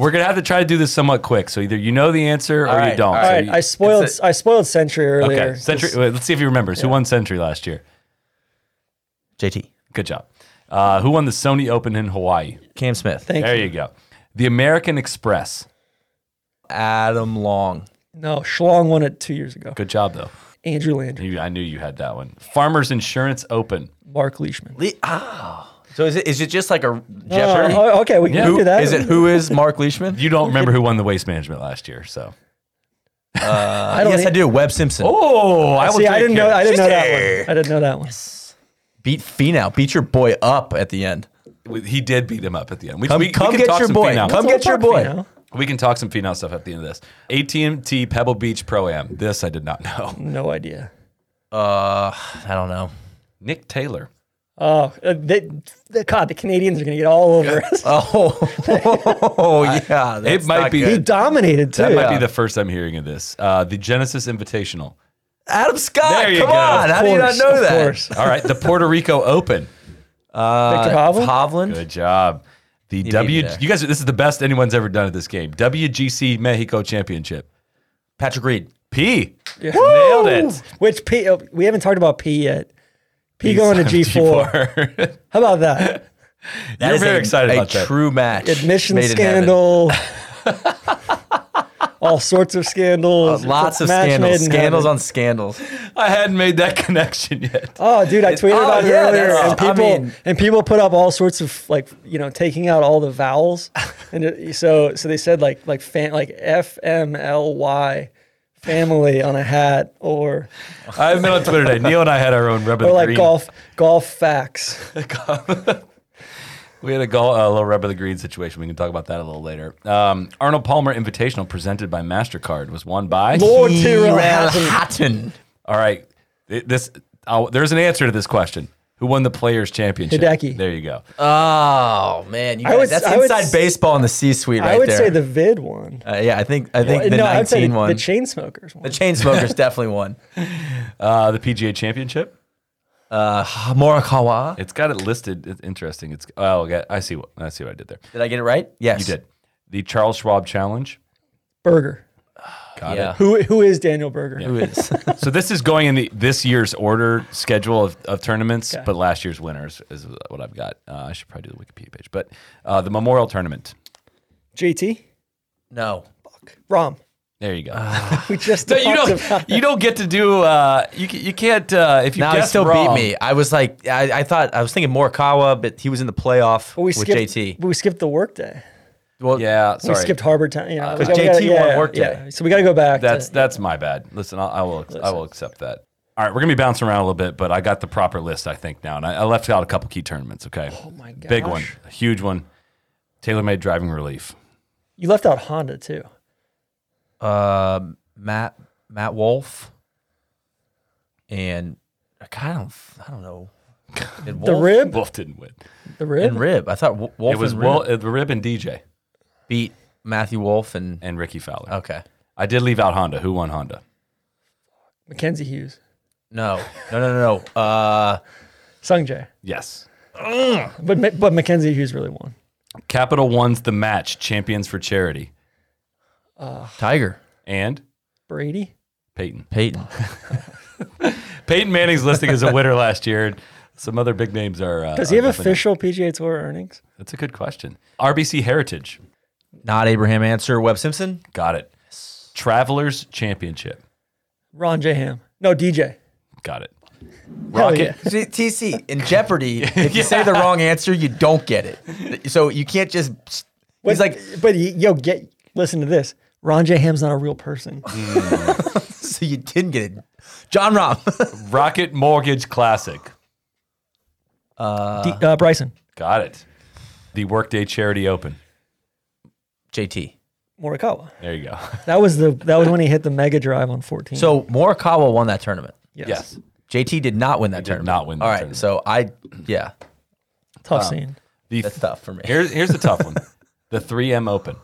We're gonna have to try to do this somewhat quick. So either you know the answer or All you right, don't. all So all right you- I spoiled I spoiled Century earlier okay, century. uh, wait, let's see if he remembers who won Century last year. JT, Good job. Uh, who won the Sony Open in Hawaii? Cam Smith, Thank There you go. The American Express. Adam Long. no Schlong won it two years ago Good job though. Andrew Landry You- I knew you had that one. Farmers Insurance Open. Mark Leishman Le- ah. So is it is it just like a Jeopardy? Oh, okay we can Yeah. do Who- that is it who is Mark Leishman? You don't remember who won the Waste Management last year, so. I don't e- yes, I need- do. Webb Simpson. Oh, I will see I take didn't care. know I didn't know that one I didn't know that one Beat Finau. Beat your boy up at the end. We- He did beat him up at the end. We, Come- we, we come can get talk your some boy. Phenom. Come Let's get your go talk boy. Finau. we can talk some phenom stuff at the end of this. AT&T Pebble Beach Pro Am. This I did not know. No idea. Uh, I don't know. Nick Taylor. Oh, uh, they, the, God, the Canadians are going to get all over us. Oh, oh yeah. that's it might not be good. He dominated too. that might be the first I'm hearing of this. Uh, the Genesis Invitational. Adam Scott. There you come go. on. Of How do you not know of that? course. All right, the Puerto Rico Open. Uh, Victor Hovland? Hovland. Good job. The me W. there. You guys, are- this is the best anyone's ever done at this game. WGC Mexico Championship. Patrick Reed. P. Nailed it. Which P? Oh, we haven't talked about P yet. P going to G four. How about that? That You're is very a, excited a about that. true match. Admission made in heaven. scandal. All sorts of scandals. Uh, Lots of Match made scandals. in Scandals heaven. on scandals. I hadn't made that connection yet. Oh, dude, I tweeted oh, about it yeah, earlier, that's- and I people mean- and people put up all sorts of like you know taking out all the vowels, and it, so so they said like like fan like F M L Y, family on a hat or I've been on Twitter today. Neil and I had our own rub of or the like green. golf golf facts. We had a, gol a little rub of the green situation. We can talk about that a little later. Um, Arnold Palmer Invitational presented by Mastercard was won by Lord Tyrrell Tyrell Hatton. E Hatton. All right, Th- this I'll- there's an answer to this question. Who won the Players Championship? Hideki. There you go. Oh man, you I guys, would- that's I would inside s- baseball in the C-suite right I would there. say the vid one. Uh, yeah, I think I think Well, the no, I would say 19 the, one. the chain smokers one. the chain smokers definitely won. Uh, the PGA Championship. Ah, Morikawa. It's got it listed. It's interesting. It's oh, I got- I see what I see what I did there. Did I get it right? Yes, You did the Charles Schwab Challenge. Berger. Got Yeah. Who who is Daniel Berger? Who is? it. So this is going in the this year's order schedule of, of tournaments, Okay. but last year's winners is what I've got. Uh, I should probably do the Wikipedia page, but uh, the Memorial Tournament. JT. no. Rom. There you go. Uh, We just No, talked you about don't. You don't get to do. Uh, you ca- you can't uh, if you Now he guess still wrong- beat me. I was like, I, I thought I was thinking Morikawa, but he was in the playoff But we with skipped. JT. but we skipped the workday. Well, Yeah, sorry. We skipped Harbor Town. You know, 'Cause we JT gotta- yeah, Uh, won yeah, Workday. yeah. So we got to go back. That's to, that's my bad. Listen, I'll, I will I will accept that. All right, we're gonna be bouncing around a little bit, but I got the proper list I think now, and I, I left out a couple key tournaments. Okay, oh my god, big one, gosh. a huge one. TaylorMade driving relief. you left out Honda too. uh, Matt Matt Wolf, and I kind of I don't know. Did The Wolf rib. Wolf didn't win. The rib. and Rib. I thought Wo- Wolf it was and Wolf, Rib uh, the Rib and DJ beat Matthew Wolf and and Ricky Fowler. okay. I did leave out Honda. Who won Honda? Mackenzie Hughes. No, no, no, no, no. Uh, Sungjae. Yes. But Ma- but Mackenzie Hughes really won. Capital One's the match champions for charity Tiger and Brady. Peyton. Peyton. Peyton Manning's listing as a winner last year. Some other big names are. Uh, Does he are have definitely- official PGA Tour earnings? That's a good question. RBC Heritage. Not Abraham Answer. Webb Simpson. Got it. Travelers Championship. Ron J. Ham. No DJ. Got it. Hell Rocket. yeah. See, TC in Jeopardy. If you say the wrong answer, you don't get it. So you can't just. But, He's like, but y- yo, get listen to this. Ron J. Ham's not a real person. Uh. so you didn't get it. John Rom. Rocket Mortgage Classic. D- uh, Bryson. Got it. The Workday Charity Open. JT. Morikawa. There you go. That was the that was when he hit the mega drive on 14. So Morikawa won that tournament. yes, Yes. JT did not win that tournament. not win that All right. tournament. So I, yeah, Uh. tough scene. The that's tough for me. here's here's the tough one. The 3M Open.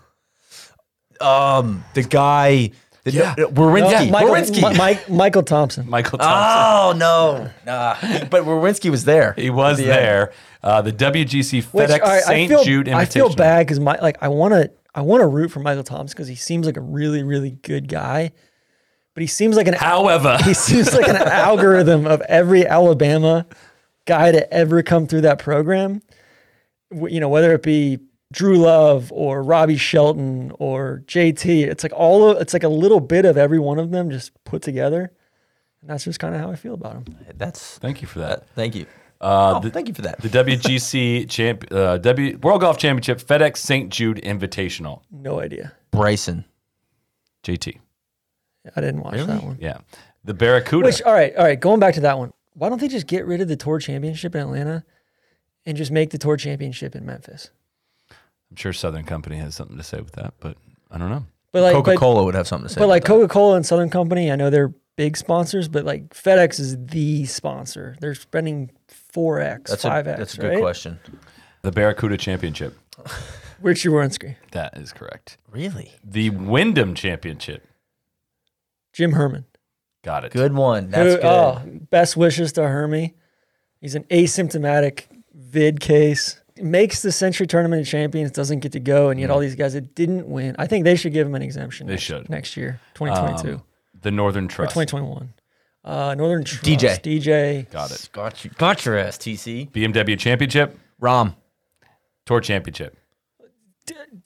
Um, the guy. The, Yeah. no, Wawrinski. Michael, Wawrinski. Mi- Mike, Michael Thompson. Michael Thompson. Oh no, nah. But Wawrinski was there. he was At the end. there. Uh, the WGC FedEx Which, all right, St. I feel, Jude Invitational. I feel bad because my like I want to I want to root for Michael Thompson because he seems like a really really good guy, but he seems like an However, he seems like an algorithm of every Alabama guy to ever come through that program. W- You know, whether it be Drew Love or Robbie Shelton or JT, it's like all of, it's like a little bit of every one of them just put together. And that's just kind of how I feel about him. That's. thank you for that. Uh, Thank you. oh, thank you for that. The WGC champ, uh, w, World Golf Championship FedEx St. Jude Invitational. No idea. Bryson. JT. I didn't watch that one. Yeah. The Barracuda. Which, all right, all right, going back to that one. Why don't they just get rid of the tour championship in Atlanta and just make the tour championship in Memphis? I'm sure Southern Company has something to say with that, but I don't know. But like, Coca but- Cola would have something to say. But about like that. Coca Cola and Southern Company, I know they're big sponsors, but like FedEx is the sponsor. They're spending four x, That's five a, x. That's a good question. The Barracuda Championship. Richie Wierenski, That is correct. Really The Wyndham Championship. Jim Herman. Got it. good one. That's Who- good. oh, best wishes to Hermie. He's an asymptomatic vid case makes the Century Tournament of Champions, doesn't get to go, and yet all these guys that didn't win, I think they should give him an exemption. They next, should. next year, 2022 Um, The Northern or Trust. 2021. Uh, Northern Trust, DJ. DJ. Got it. Got you, got your ass, TC. BMW Championship, Rom. Tour Championship.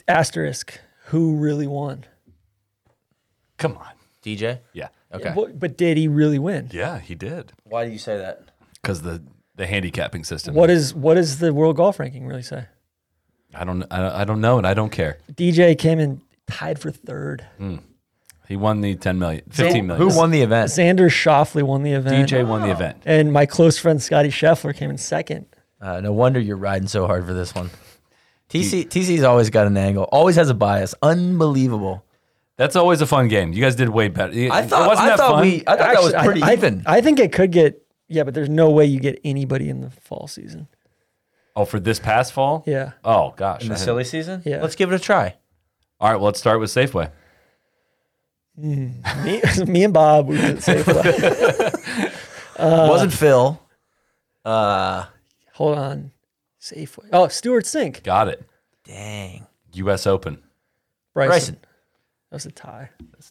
Asterisk. Who really won? Come on. DJ. Yeah. Okay. What- But did he really win? Yeah, he did. Why do you say that? Because the the handicapping system. What is what does the world golf ranking really say? I don't. I, I don't know, and I don't care. DJ came in tied for third. He won the 10 million, 15 million. Who won the event? Xander Shoffley won the event. DJ won the event. And my close friend Scotty Scheffler came in second. Uh, no wonder you're riding so hard for this one. TC TC's always got an angle. Always has a bias. Unbelievable. That's always a fun game. You guys did way better. I It- thought. it wasn't I that thought fun. we. I thought that was Actually, pretty I, I- even. I, think it could get yeah, but there's no way you get anybody in the fall season. oh, for this past fall. Yeah. Oh gosh. I in the had- silly season. Yeah. Let's give it a try. All right. Well, let's start with Safeway. Me, me and Bob, we did say Uh, Wasn't Phil? hold on. Safeway. Oh, Stuart Sink. Got it. Dang. U.S. Open. Bryson. Bryson. That was a tie.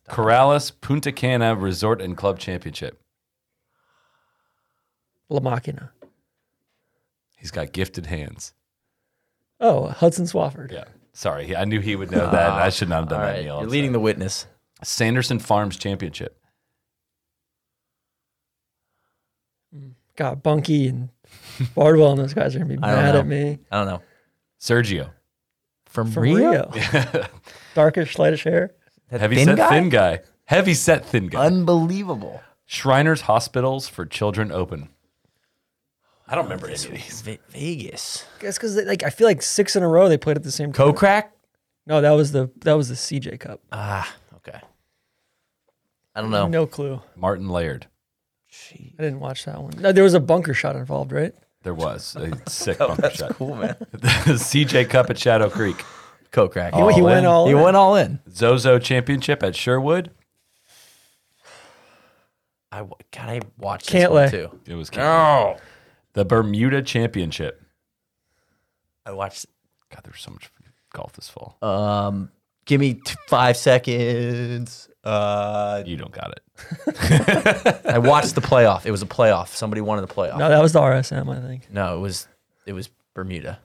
Corrales Punta Cana Resort and Club Championship. La Machina. He's got gifted hands. Oh, Hudson Swafford. Yeah. Sorry, he- I knew he would know that. I should not have done All that. right. Neil. You're I'm leading sorry. the witness. Sanderson Farms Championship. God, Bunky and Bardwell and those guys are gonna be don't mad know. at me. I don't know. Sergio. From, From Rio. Darkish, lightish hair. That Heavy thin set guy? thin guy. Heavy set thin guy. Unbelievable. Shriners Hospitals for Children Open. I don't remember any of these. Ve- Vegas. That's because like I feel like six in a row they played at the same time. Co crack. No, that was the that was the CJ Cup. Ah. Okay. I don't know. No clue. Martin Laird. Gee, I didn't watch that one. No, there was a bunker shot involved, right? There was a sick bunker shot. Oh, Cool man. CJ Cup at Shadow Creek. Co crack. He, he went all. He in. went all in. Zozo Championship at Sherwood. I w- God, I watched this Can't one lay. too. It was Ah. Oh. no. The Bermuda Championship. I watched. God, there's so much golf this fall. Um, give me t- five seconds. Uh, you don't got it. I watched the playoff. It was a playoff. Somebody wanted the playoff. No, No, that was the RSM, I think. it was it was Bermuda.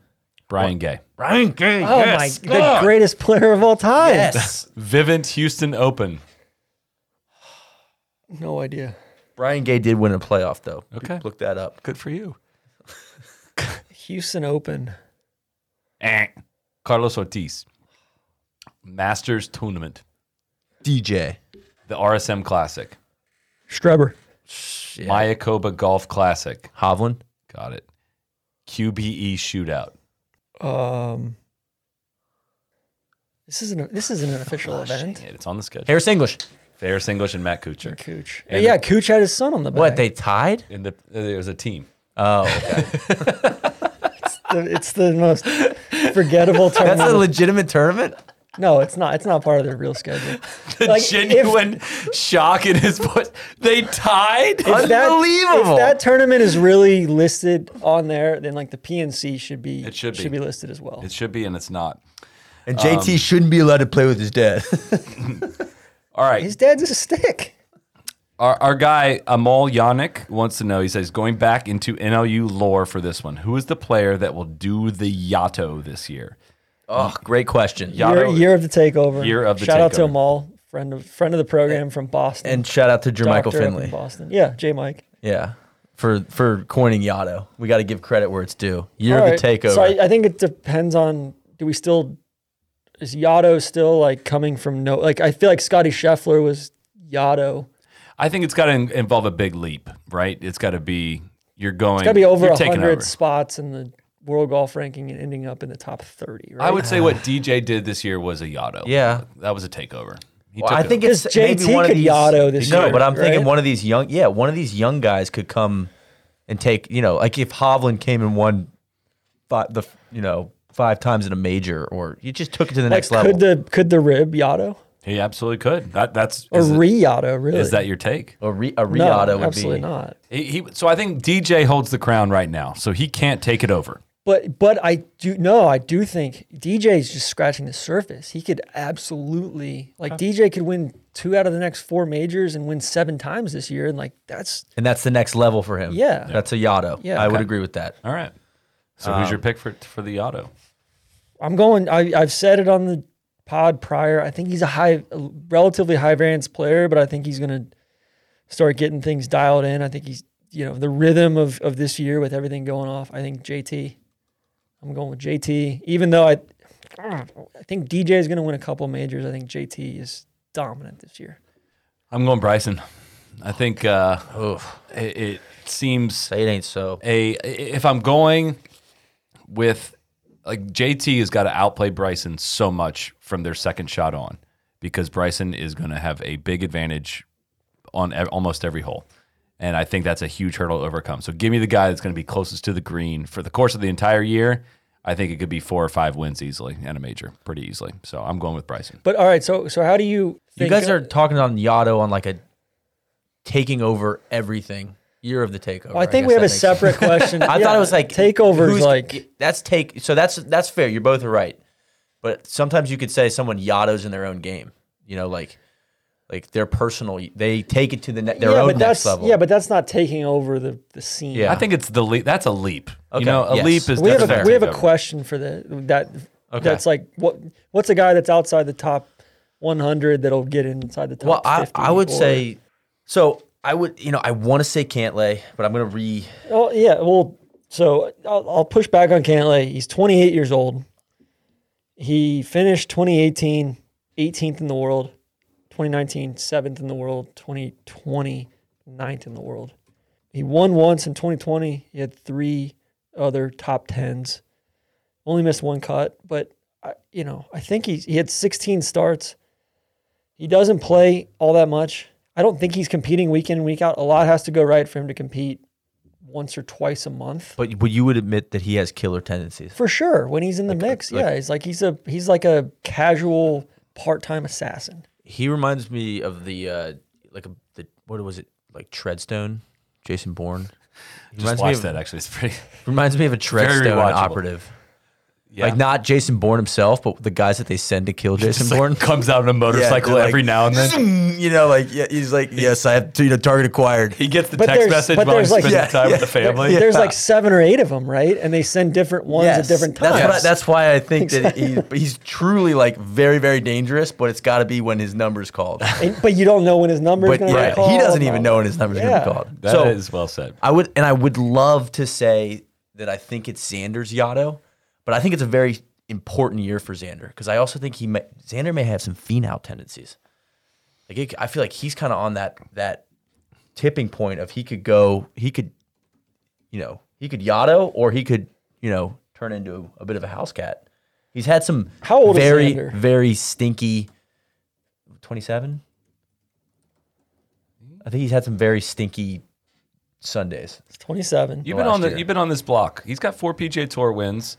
Brian Gay. Brian Gay. Oh my, the greatest player of all time. Yes. Vivint Houston Open. No idea. Brian Gay did win a playoff though. Okay. Look that up. Good for you. Houston Open. Eh. Carlos Ortiz. Masters Tournament. DJ. The RSM Classic. Strebber. Yeah. Mayakoba Golf Classic. Hovland. Got it. QBE Shootout. Um, this isn't. A, this isn't an official event. Dang it, it's on the schedule. Harris English. Ferris English and Matt Kuchar. Cooch. And yeah, Cooch had his son on the back. What they tied? And the, there was a team. Oh, okay. The- It's the most forgettable that's a tournament. legitimate tournament. no, it's not. It's not part of their real schedule. The Like, if- genuine shock in his voice. They tied. If that- Unbelievable. if that tournament is really listed on there, then like the PNC should be. It should be. listed as well. it should be, and it's not. And JT Um, shouldn't be allowed to play with his dad. All right. His dad's a stick. Our, our guy, Amal Yannick, wants to know. He says, going back into NLU lore for this one, who is the player that will do the Yato this year? oh, great question. Year, Otto- year of the takeover. Year of the Shout out to takeover. Amal, friend of friend of the program from Boston. And shout out to Jermichael doctor up in Finley. Boston. Yeah, J Mike. Yeah. For for coining Yotto. We got to give credit where it's due. Year All of the right. takeover. So I, I think it depends on do we still is Yotto still like coming from no like I feel like Scotty Scheffler was Yotto. I think it's got to involve a big leap, right? It's got to be you're going. It's Gotta be over you're taking over. hundred spots in the world golf ranking and ending up in the top thirty, right? I would say what DJ did this year was a Yato. Yeah. that was a takeover. He Well, I it think over. it's Because maybe JT one of could these, Yotto this no, year, but I'm thinking right? one of these young, yeah, one of these young guys could come and take, you know, like if Hovland came and won five, the, you know, five times in a major, or you just took it to the Like, next level. Could the could the rib Yotto? He absolutely could. That that's or is, it- Riata, really. is that your take? A, re, a no, Riata would absolutely be not. He, he, so I think DJ holds the crown right now, so he can't take it over. But but I do no, I do think DJ is just scratching the surface. He could absolutely like DJ could win two out of the next four majors and win seven times this year, and like that's and that's the next level for him. Yeah. that's a Yato. Yeah. I would agree with that. All right. So Um, who's your pick for for the auto? I'm going. I, I've said it on the pod prior. I think he's a high, a relatively high variance player, but I think he's going to start getting things dialed in. I think he's, you know, the rhythm of of this year with everything going off. I think JT. I'm going with JT, even though I, I think DJ is going to win a couple majors. I think JT is dominant this year. I'm going Bryson. I think uh, it, it seems Say it ain't so. a if I'm going with like JT has got to outplay Bryson so much from their second shot on because Bryson is going to have a big advantage on ev- almost every hole. And I think that's a huge hurdle to overcome. So give me the guy that's going to be closest to the green for the course of the entire year. I think it could be four or five wins easily and a major pretty easily. So I'm going with Bryson. But all right, so so how do you? You think- guys are talking on Yato on like a taking over everything year of the takeover. Well, I think guess we have that a makes sense. separate question. I thought it was like takeovers, who's- like that's take. So that's that's fair. You're both right, but sometimes you could say someone yattos in their own game. You know, like like their personal. They take it to the ne- their own but next that's level. yeah, but that's not taking over the the scene. Yeah. I think it's the leap. That's a leap. Okay, You know, a yes. leap is we have definitely a, we have a takeover. question for the that that's like what what's a guy that's outside the top 100 that'll get inside the top Well, I, 50 I would or- say so. I would you know I want to say Cantlay, but I'm gonna re. oh yeah well so I'll, I'll push back on Cantlay he's 28 years old he finished 2018 18th in the world 2019 7th in the world 2020 ninth in the world he won once in 2020 he had three other top 10s only missed one cut, but I, you know, I think he's he had 16 starts. He doesn't play all that much. I don't think he's competing week in week out. A lot has to go right for him to compete once or twice a month. But but you would admit that he has killer tendencies. For sure, when he's in the mix, yeah, he's like he's a he's like a casual part-time assassin. He reminds me of the uh like a, the what was it like Treadstone, Jason Bourne. Just He reminds watch me of, that. Actually, it's pretty. Reminds me of a Treadstone watchable. operative. Yeah. Like not Jason Bourne himself, but the guys that they send to kill Jason Just, like, Bourne. comes out on a motorcycle like, "Mm," every now and then. you know, like yeah, he's like, yes, I have you know target acquired. He gets the But text there's- message but while he's there's, like- spending Yeah, time Oh, yeah. with the family. There's like 7 or 8 of them, right? And they send different ones at different times. That's, what I- that's why I think that he, he's truly like very, very dangerous, but it's got to be when his number's called. And- but you don't know when his number is But going to yeah, be called. he doesn't even know when his number's going Yeah. to be called. That is so well said. I would, and I would love to say that I think it's Xander's Yotto, but I think it's a very important year for Xander because I also think he may, Xander may have some phenal tendencies. Like it, I feel like he's kind of on that that tipping point of he could go, he could, you know, he could Yotto or he could, you know, turn into a bit of a house cat. He's had some How old is very Xander? very stinky. Twenty seven. I think he's had some very stinky Sundays. 27. You've been last on the, year. you've been on this block. He's got four PGA Tour wins.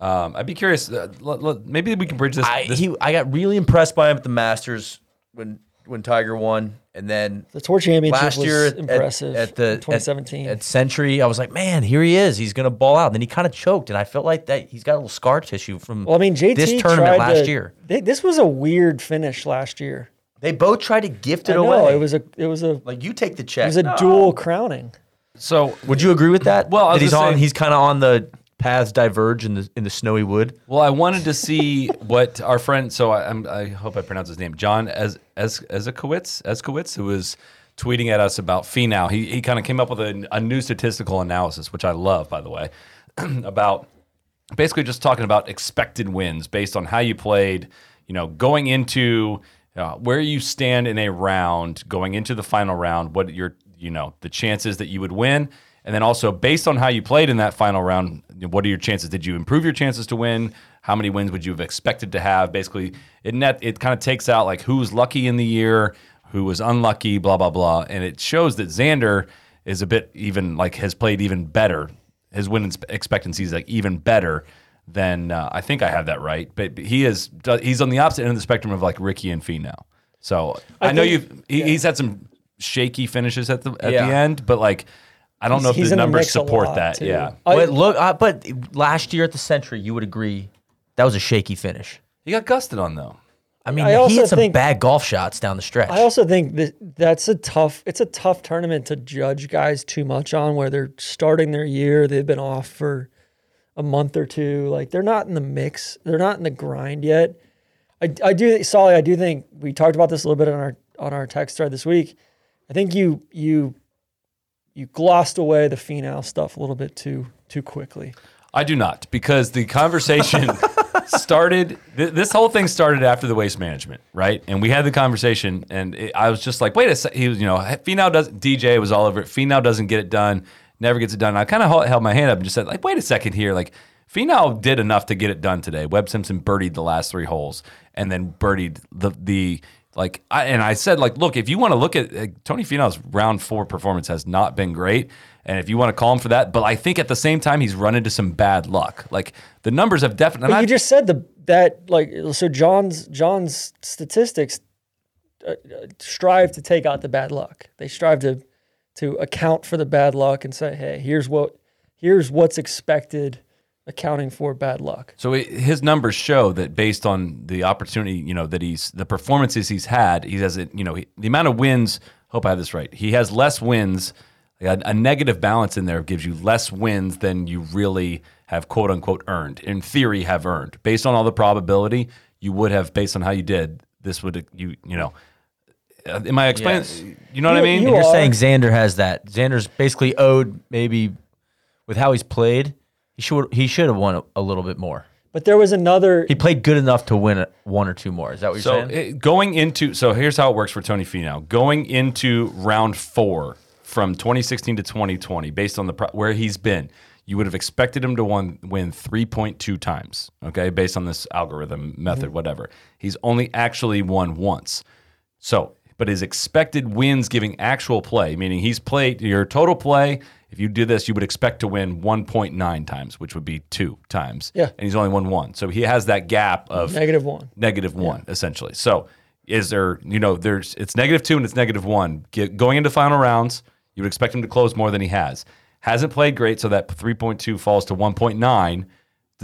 Um, I'd be curious. Uh, let- let- maybe we can bridge this. I this- he I got really impressed by him at the Masters when when Tiger won, and then The tour championship last was year at, impressive at the at- 2017. at, Century. I was like, man, here he is. He's gonna ball out. And then he kind of choked, and I felt like that he's got a little scar tissue from well, I mean, JT this tournament tried last to- year. they- this was a weird finish last year. They both tried to gift it I know away. it was a it was a like you take the it check. was a No. dual crowning. so Would you agree with that? Well, I was that he's gonna on. say- he's kind of on the paths diverge in the in the snowy wood. well, I wanted to see what our friend. So I, I'm, I hope I pronounce his name, John Ez Ez Ezekowitz, Ezekowitz, who was tweeting at us about Finau. He he kind of came up with a, a new statistical analysis, which I love, by the way, about basically just talking about expected wins based on how you played, you know, going into uh, where you stand in a round, going into the final round, what your, you know, the chances that you would win. And then also based on how you played in that final round, what are your chances? Did you improve your chances to win? How many wins would you have expected to have? Basically, it net it kind of takes out like who was lucky in the year, who was unlucky, blah blah blah, and it shows that Xander is a bit even like has played even better his win expectancy is like even better then uh, I think I have that right. But he is he's on the opposite end of the spectrum of like Ricky and Fee now. So I, know think- you've he, he's had some shaky finishes at the at Yeah. the end, but like I don't know if He's the in the numbers mix a support lot, that. too. Yeah, I- but look, uh, but last year at the Century, you would agree that was a shaky finish. he got gusted on though. I mean, I he also had some think- bad golf shots down the stretch. I also think that that's a tough. It's a tough tournament to judge guys too much on where they're starting their year. They've been off for a month or two. Like they're not in the mix. They're not in the grind yet. I, I do, Solly. I do think we talked about this a little bit on our on our text thread this week. I think you you you glossed away the phenol stuff a little bit too too quickly. I do not because the conversation started. Th- this whole thing started after the waste management, right? And we had the conversation, and it, I was just like, "Wait a sec." He was, you know, Finau does DJ was all over it. Finau doesn't get it done, never gets it done. And I kind of held my hand up and just said, "Like, wait a second here. Like, Finau did enough to get it done today. Webb Simpson birdied the last three holes, and then birdied the the." Like I and I said, like, look, if you want to look at like, Tony Finau's round four performance has not been great, and if you want to call him for that, but I think at the same time he's run into some bad luck. Like the numbers have definitely. But you just said the that like so John's John's statistics uh, uh, strive to take out the bad luck. They strive to to account for the bad luck and say, hey, here's what here's what's expected, accounting for bad luck. So it, his numbers show that based on the opportunity, you know, that he's the performances he's had, he has, a- you know, he, the amount of wins. Hope I have this right. He has less wins. A, a negative balance in there gives you less wins than you really have, quote unquote, earned. In theory, have earned based on all the probability you would have based on how you did. This would you you know. uh, Am I explaining? Yes. You know what I You- mean? you And you're are. saying Xander has that. Xander's basically owed maybe with how he's played. He should he should have won a, a little bit more. But there was another He played good enough to win a, one or two more. Is that what you're So saying? it, going into so here's how it works for Tony Finau. Going into round four from 2016 to 2020, based on the pro- where he's been, you would have expected him to won, win 3.2 times. Okay, based on this algorithm Mm-hmm. method, whatever. He's only actually won once. So, but his expected wins giving actual play, meaning he's played your total play. If you do this, you would expect to win 1.9 times, which would be two times. Yeah. And he's only won one. So he has that gap of negative one. negative one essentially. So is there you know there's it's negative two and it's negative one Get, going into final rounds. You would expect him to close more than he has. Hasn't played great, so that three point two falls to one point nine.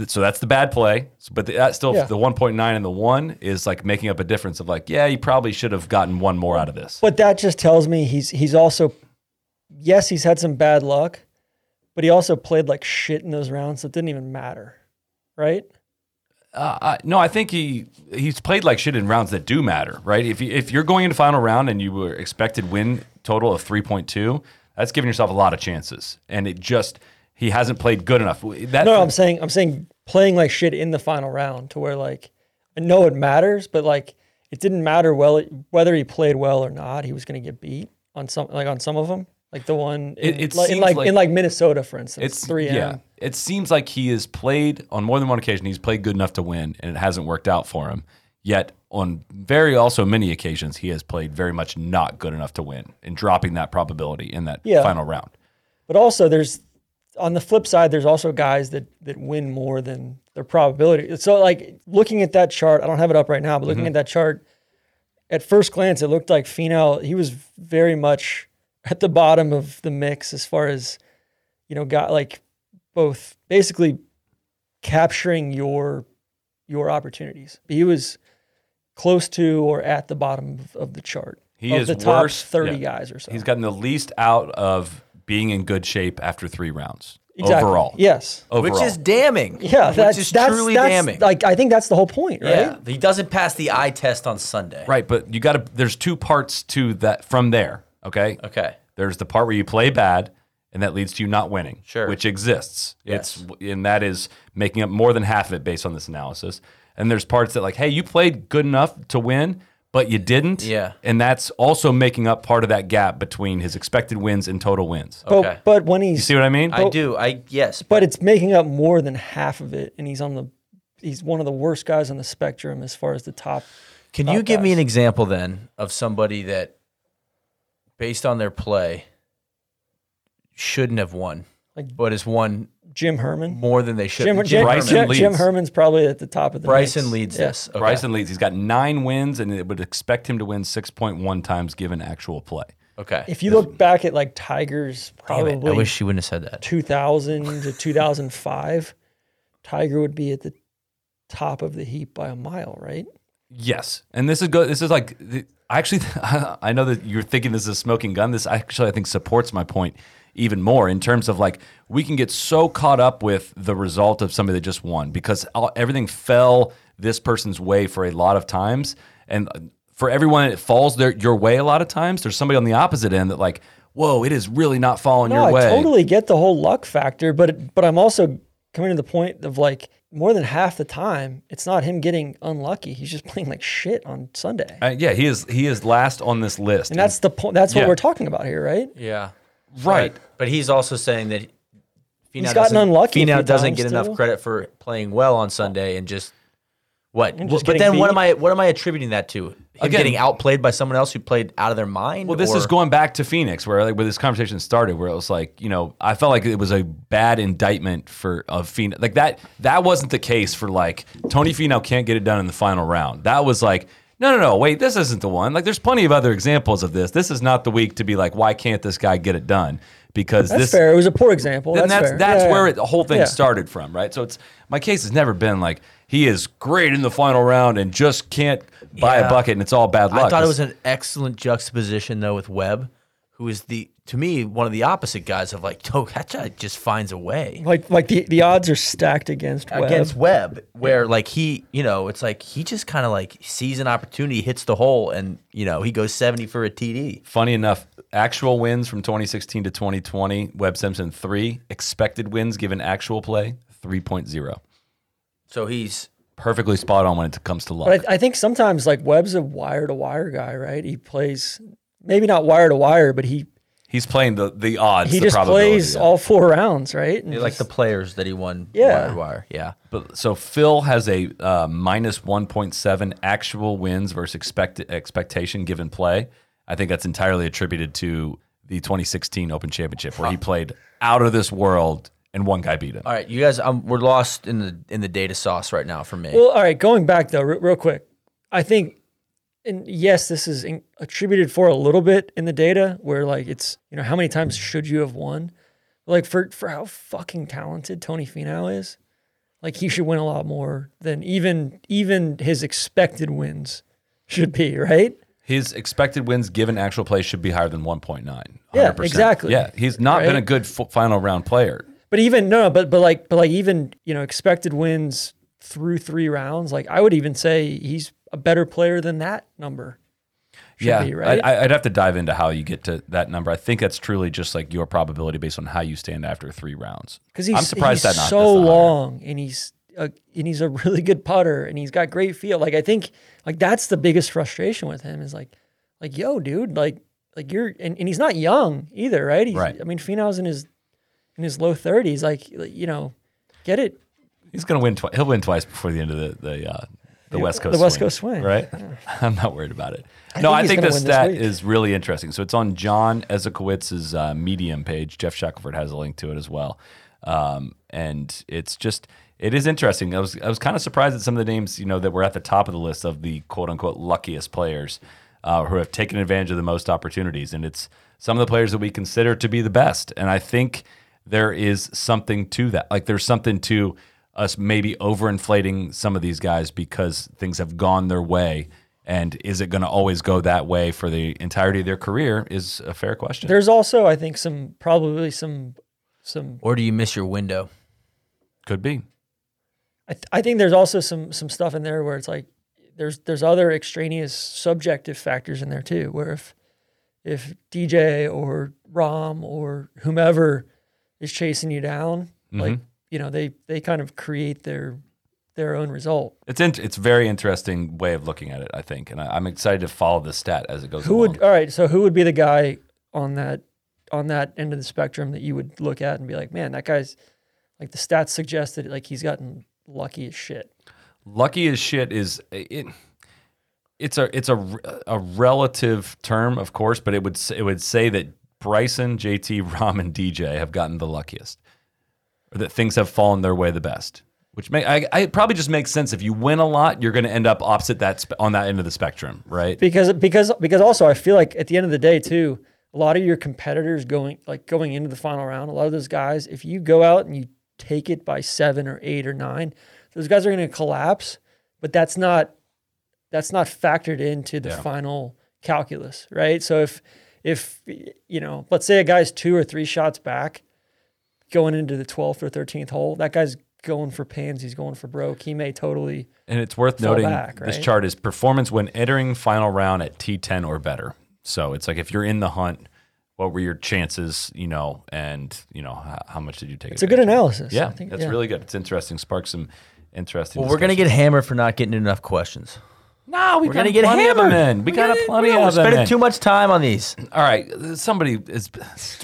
So that's the bad play, So- but the, that's still Yeah. the one point nine and the one is like making up a difference of like yeah, you probably should have gotten one more out of this. But that just tells me he's he's also yes, he's had some bad luck, but he also played like shit in those rounds, so it didn't even matter. Right? Uh, no, I think he he's played like shit in rounds that do matter, right? If you, if you're going into final round and you were expected win total of three point two, that's giving yourself a lot of chances, and it just he hasn't played good enough. That No, I'm saying I'm saying playing like shit in the final round to where like I know it matters, but like it didn't matter well whether he played well or not. He was going to get beat on some like on some of them, like the one in, It- it like, in seems like, like- in like Minnesota, for instance. it's three Yeah, M. it seems like he has played on more than one occasion. He's played good enough to win, and it hasn't worked out for him yet. On very also many occasions, he has played very much not good enough to win, and dropping that probability in that Yeah. final round. But also, there's on the flip side, there's also guys that that win more than their probability. So like looking at that chart, I don't have it up right now, but looking Mm-hmm. at that chart, at first glance, it looked like Finau. He was very much at the bottom of the mix as far as you know, got like both basically capturing your your opportunities. He was close to or at the bottom of, of the chart. He of is the top worse- thirty yeah. guys or so. He's gotten the least out of being in good shape after three rounds Exactly. overall. Yes. overall. Which is damning. Yeah, that's, which is that's, truly that's, damning. Like I think that's the whole point, right? yeah, he doesn't pass the eye test on Sunday. right, but you got to. There's two parts to that from there. Okay. Okay. There's the part where you play bad, and that leads to you not winning. Sure. Which exists. Yes. It's and that is making up more than half of it based on this analysis. And there's parts that like, hey, you played good enough to win. But you didn't, Yeah. and that's also making up part of that gap between his expected wins and total wins. But, Okay. but when he's See what I mean? I do. I yes. but it's making up more than half of it, and he's on the he's one of the worst guys on the spectrum as far as the top. Can you top give me guys. an example then of somebody that, based on their play, shouldn't have won, Like- but has won Jim Herman. more than they should. Jim, Jim Jim, Bryson Jim, leads. Jim Herman's probably at the top of the Bryson mix. leads Yeah. this. Okay. Bryson leads. He's got nine wins, and it would expect him to win 6.1 times given actual play. Okay. If you look back at like Tiger's Damn probably it, I wish she wouldn't have said that. 2000 to 2005, Tiger would be at the top of the heap by a mile, right? Yes, and this is good. This is like the- actually, I know that you're thinking this is a smoking gun. This actually, I think, supports my point even more in terms of like we can get so caught up with the result of somebody that just won because all, everything fell this person's way for a lot of times, and for everyone it falls their your way a lot of times. There's somebody on the opposite end that like, whoa, it is really not falling No, your way. I totally get the whole luck factor, but but I'm also coming to the point of like more than half the time, it's not him getting unlucky. He's just playing like shit on Sunday. Uh, yeah, he is. He is last on this list. and that's the point. That's what Yeah. we're talking about here, right? Yeah. right. But he's also saying that Finau gotten doesn't- unlucky a Finau few doesn't times get too. enough credit for playing well on Sunday and just what? just but getting then what beat. am I? What am I attributing that to? Him Again- getting outplayed by someone else who played out of their mind. Well, this or- is going back to Phoenix, where like, where this conversation started, where it was like, you know, I felt like it was a bad indictment for of Phoenix. Like that, that wasn't the case for like Tony Finau can't get it done in the final round. That was like, no, no, no, wait, this isn't the one. Like, there's plenty of other examples of this. This is not the week to be like, why can't this guy get it done? Because That's this fair. It was a poor example. then That's that's fair. that's, Yeah, where yeah. it, the whole thing Yeah. started from, right? So it's my case has never been like he is great in the final round and just can't buy a Yeah. bucket and it's all bad luck. I thought it It's- was an excellent juxtaposition though with Webb, who is the to me one of the opposite guys of like, oh, that guy just finds a way. Like like the, the odds are stacked against Webb. against Webb, where like he, you know, it's like he just kind of like sees an opportunity, hits the hole, and you know he goes seventy for a TD. Funny enough, actual wins from 2016 to 2020, Webb Simpson three. Expected wins given actual play, 3.0. So he's Perfectly spot on when it comes to luck. But I, I think sometimes like Webb's a wire to wire guy, right? He plays maybe not wire to wire, but he He's playing the, the odds. he the just probability plays of- all four rounds, right? And like the just- players that he won. Yeah. wire to wire. Yeah. But, so Phil has a uh, minus 1.7 actual wins versus expect, expectation given play. I think that's entirely attributed to the 2016 Open Championship where he played out of this world and one guy beat him. All right, you guys, um, we're lost in the in the data sauce right now for me. well, all right. Going back though, re- real quick, I think, and yes, this is in, attributed for a little bit in the data where like it's you know how many times should you have won? Like for for how fucking talented Tony Finau is, like he should win a lot more than even even his expected wins should be, right? His expected wins given actual play should be higher than 1.9. 100%. Yeah, exactly. Yeah, he's not been Right? a good f- final round player. But even no, no, but but like but like even you know expected wins through three rounds. Like I would even say he's a better player than that number. Should yeah, be, right. I, I'd have to dive into how you get to that number. I think that's truly just like your probability based on how you stand after three rounds. Because he's I'm surprised he's that not, so that's not higher. long, and he's a, and he's a really good putter, and he's got great feel. Like I think like that's the biggest frustration with him is like like yo, dude, like like you're and, and he's not young either, right? He's, Right. I mean, Finau's in his in his low thirties. Like like, you know, get it. He's gonna win. Twi- he'll win twice before the end of the the, uh, the West Coast. the West swing, Coast swing. right? I'm not worried about it. no, I he's think gonna this win this stat week. is really interesting. So it's on John Ezekowitz's uh, Medium page. Jeff Shackelford has a link to it as well, um, and it's just it is interesting. I was I was kind of surprised at some of the names you know that were at the top of the list of the quote unquote luckiest players uh, who have taken advantage of the most opportunities, and it's some of the players that we consider to be the best. And I think there is something to that. Like there's something to us maybe overinflating some of these guys because things have gone their way. And is it going to always go that way for the entirety of their career? Is a fair question. There's also I think some probably some some or do you miss your window? Could be. I, th- I think there's also some some stuff in there where it's like there's there's other extraneous subjective factors in there too where if if DJ or Rom or whomever is chasing you down like you know they they kind of create their their own result It's in, it's a very interesting way of looking at it, I think, and I, I'm excited to follow the stat as it goes. who along. would all right so who would be the guy on that on that end of the spectrum that you would look at and be like man that guy's like the stats suggest that like he's gotten lucky as shit lucky as shit is it, it's a it's a, a relative term of course but it would s- it would say that Bryson JT Rom and DJ have gotten the luckiest or that things have fallen their way the best. Which may I, I it probably just makes sense. If you win a lot, you're going to end up opposite that sp- on that end of the spectrum, right? because because because also I feel like at the end of the day too, a lot of your competitors going like going into the final round, a lot of those guys, if you go out and you take it by seven or eight or nine, those guys are going to collapse. But that's not that's not factored into the final calculus, right? So if if you know, let's say a guy's two or three shots back, going into the twelfth or thirteenth hole, that guy's going for pins, he's going for broke. He may totally And it's worth noting back, this right? chart is performance when entering final round at T10 or better. So it's like if you're in the hunt, what were your chances, you know, and, you know, how, how much did you take? it's a good analysis. Yeah, I think that's yeah. really good. It's interesting. Sparks some interesting. Well, we're gonna discussion. get hammered for not getting enough questions. No, we We're got gonna get plenty of hammered. them in. We got gotta- plenty we're of them Spending in. too much time on these. All right, somebody is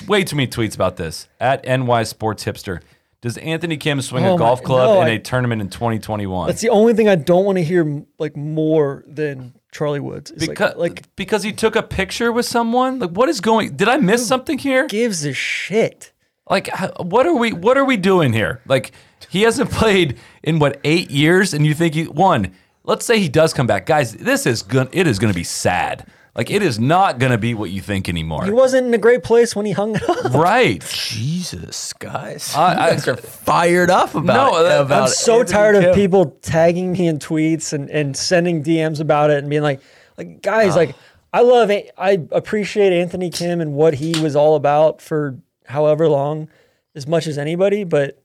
way too many tweets about this at NY Sports Hipster. Does Anthony Kim swing a Oh my- golf club no, in I- a tournament in 2021? That's the only thing I don't want to hear m- like more than Charlie Woods. Is because like, like because he took a picture with someone. Like, what is going? Did I miss something here? gives a shit. Like, h- what are we? What are we doing here? Like, he hasn't played in what eight years, and you think he one? Let's say he does come back, guys. This is going. It is going to be sad. Like, it is not going to be what you think anymore. He wasn't in a great place when he hung it up. right. Jesus, guys, I- you I- guys are fired up about No, it, I'm about I'm so Anthony tired Kim. of people tagging me in tweets and, and sending DMs about it and being like, like guys, like I love it. I appreciate Anthony Kim and what he was all about for however long, as much as anybody. But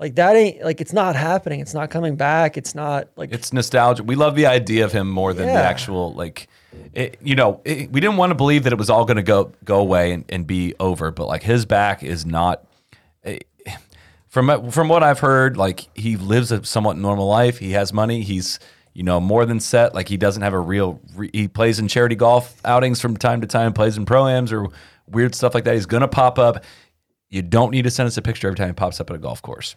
like that ain't like it's not happening. It's not coming back. It's not like It's nostalgia. We love the idea of him more than the Yeah. actual like. It, you know, it, we didn't want to believe that it was all going to go go away and, and be over, but like his back is not. it- from from what I've heard, like he lives a somewhat normal life. He has money. He's you know more than set. Like he doesn't have a real. Re, he plays in charity golf outings from time to time. Plays in proams or weird stuff like that. He's gonna pop up. You don't need to send us a picture every time he pops up at a golf course.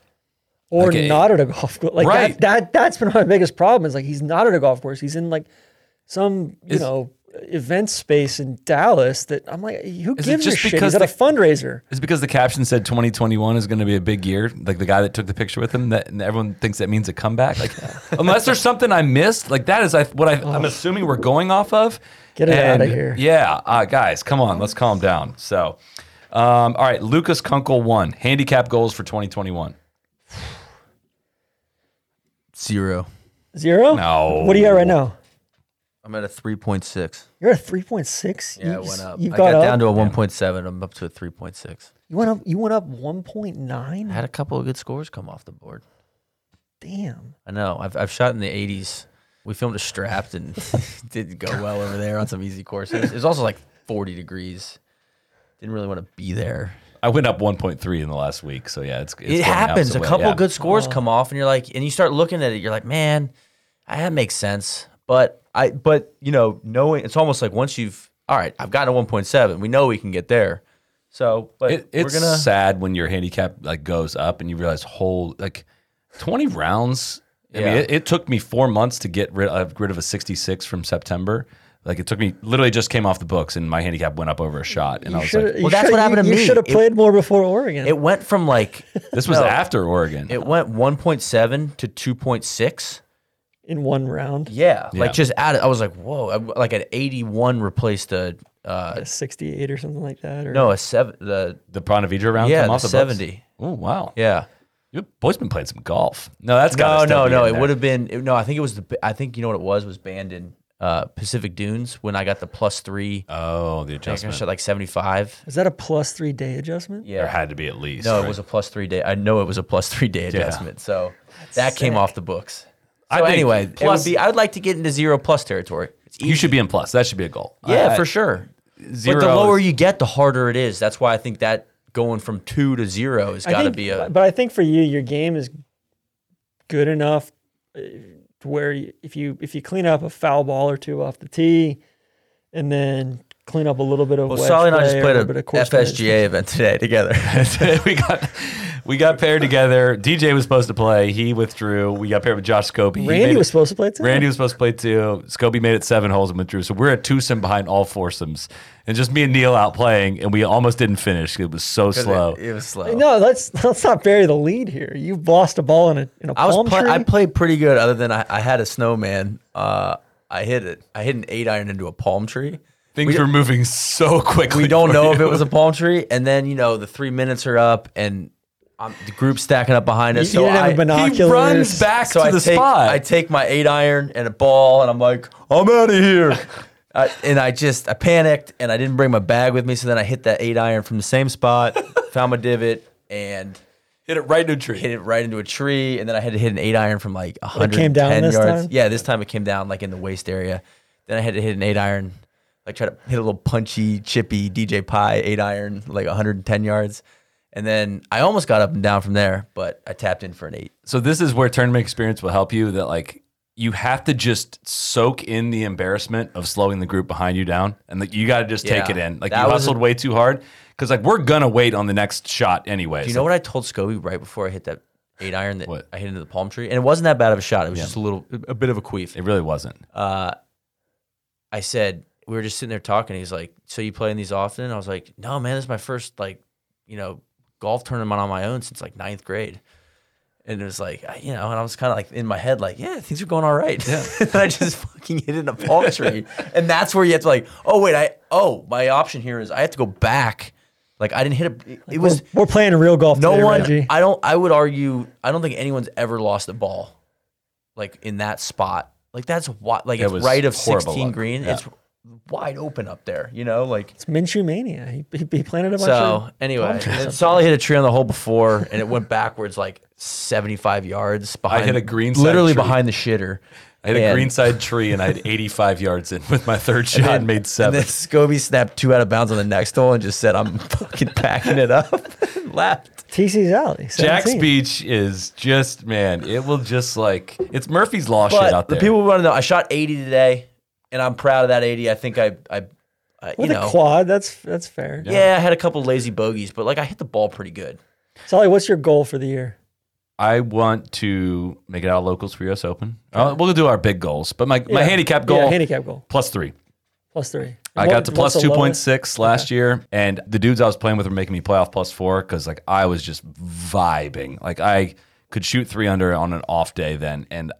or Like, eh, not at a golf course. Like right. that, that that's been my biggest problem is like he's not at a golf course. He's in like some, you know, event space in Dallas that I'm like, who Is it gives a just shit? because He's at a the- fundraiser. Is it because the caption said 2021 is going to be a big year? Like the guy that took the picture with him, that and everyone thinks that means a comeback. Like, unless there's something I missed, like that is I, what I, I'm assuming we're going off of. Get it outta And, here. Yeah, uh, guys, come on, let's calm down. So, um, all right, Lucas Kunkel won handicap goals for 2021. zero. Zero? No. What are you at right now? I'm at a three point six. You're at 3.6? Yeah, you, I went up. You I got, got up? down to a one point seven. I'm up to a three point six. you went up you went up 1.9? I had a couple of good scores come off the board. Damn. I know. I've I've shot in the eighties. We filmed a strapped and didn't go well over there on some easy courses. It was also like forty degrees. Didn't really want to be there. I went up 1.3 in the last week, so yeah, it's, it's going it the happens. A opposite way, couple yeah. good scores come off, and you're like, and you start looking at it. You're like, man, I- that makes sense. But I, but you know, knowing it's almost like once you've, all right, I've gotten a 1.7. We know we can get there. So, but It, it's we're gonna. sad when your handicap like goes up and you realize whole like twenty rounds. I Yeah. mean, it, it took me four months to get rid of rid of a sixty six from September. Like it took me literally just came off the books and my handicap went up over a shot and I was Shoulda- like, you Well, that's shoulda- what happened you, to me. You should have It- played more before Oregon. It went from like this was after Oregon. it went 1.7 to 2.6. in one round. Yeah, Yeah. like just added. I was like, whoa, I- like an 81 replaced a uh, A 68 or something like that. Or no a seven the the Pronavedra round yeah came the off the 70. Books. Oh wow, Yeah. your boy's been playing some golf. No, that's No, gotta still no, be no. in It there. would have been it- no. I think it was the. b- I think you know what it was was banned in uh, Pacific Dunes when I got the plus three. Oh, the I think I adjustment shot like seventy five. Is that a plus three day adjustment? Yeah. there had to be at least. no, right? it was a plus three day. I know it was a plus three day adjustment. So that came off the books. I So think anyway, it plus- would be, I would like to get into zero plus territory. It's you should be in plus. That should be a goal. Yeah, I- for sure. zero but the lower is- you get, the harder it is. That's why I think that going from two to zero has I got to think- be a. But I think for you, your game is good enough uh, to where you, if you if you clean up a foul ball or two off the tee, and then clean up a little bit of Well, wedge Sally and I just play or played a a little bit of course FSGA event today together. we got we got paired together. DJ was supposed to play. He withdrew. We got paired with Josh Scobie. He Randy made was it- supposed to play too. Randy was supposed to play too. Scobie made it seven holes and withdrew. So we're at twosome behind all foursomes, and just me and Neil out playing, and we almost didn't finish. It was so slow. It, it was slow. No, let's let's not bury the lead here. You lost a ball in a in a I palm was play, tree. I played pretty good, other than I, I had a snowman. Uh, I hit it. I hit an eight iron into a palm tree. Things were moving so quickly. We don't for know if you. it was a palm tree, and then you know the three minutes are up, and um, the group's stacking up behind us. so You- you didn't have I a binocular. He runs Binoculars. back so to I the take, spot. I take my eight iron and a ball, and I'm like, I'm out of here. I, Uh, and I just I panicked, and I didn't bring my bag with me. So then I hit that eight iron from the same spot, found my divot, and hit it right into a tree. hit it right into a tree, and then I had to hit an eight iron from like 110 came down this yards. time? Yeah, this time it came down like in the waist area. Then I had to hit an eight iron, like try to hit a little punchy, chippy DJ Pie eight iron, like 110 yards. And then I almost got up and down from there, but I tapped in for an eight. so this is where tournament experience will help you that like you have to just soak in the embarrassment of slowing the group behind you down and like you got to just take Yeah. it in like you That was a- hustled way too hard because like we're gonna wait on the next shot anyway Do you know what I told Scobie right before I hit that eight iron that What? I hit into the palm tree? And it wasn't that bad of a shot. It was just a little, a bit of a queef. it really wasn't Uh, I said, we were just sitting there talking. He's like, so you playing these often? I was like, no, man, this is my first like, you know, golf tournament on my own since like ninth grade. And it was like, I- you know, and I was kind of like in my head, like, yeah, things are going all right. Yeah. and I just fucking hit in a palm tree. and that's where you have to like, oh wait, I, oh, my option here is I have to go back. Like I didn't hit a, it, it we're, was, we're playing real golf. no today, one. Reggie. I don't. I would argue. I don't think anyone's ever lost a ball, like in that spot. Like that's what. Like It it's was right of horrible sixteen luck. green. Yeah. It's wide open up there. You know, like it's Minshew mania. He, he, he planted a bunch. so. of Anyway, palm trees up Solly hit a tree on the hole before, and it went backwards like seventy-five yards behind. hit a green side literally tree. behind the shitter. i hit a And- green side tree and i had 85 yards in with my third shot and, then- made seven And then Scobie snapped two out of bounds on the next hole and just said, "I'm fucking packing it up." and left. TC's alley. jack's 17. beach is just man it will just like it's murphy's law shit But out there the people want to know. I shot 80 today, and I'm proud of that 80. I think I, I, I you with know, a quad. That's that's fair. yeah. I had a couple lazy bogeys, but like I hit the ball pretty good. Sally, what's your goal for the year? I want to make it out of locals for US Open. Uh, we'll do our big goals, but my, my Yeah. handicap Yeah, goal handicap goal. plus three. Plus three. I What- got to what's plus the two point lowest? six last year, and the dudes I was playing with were making me play off plus four because like I was just vibing. Like I could shoot three under on an off day then, and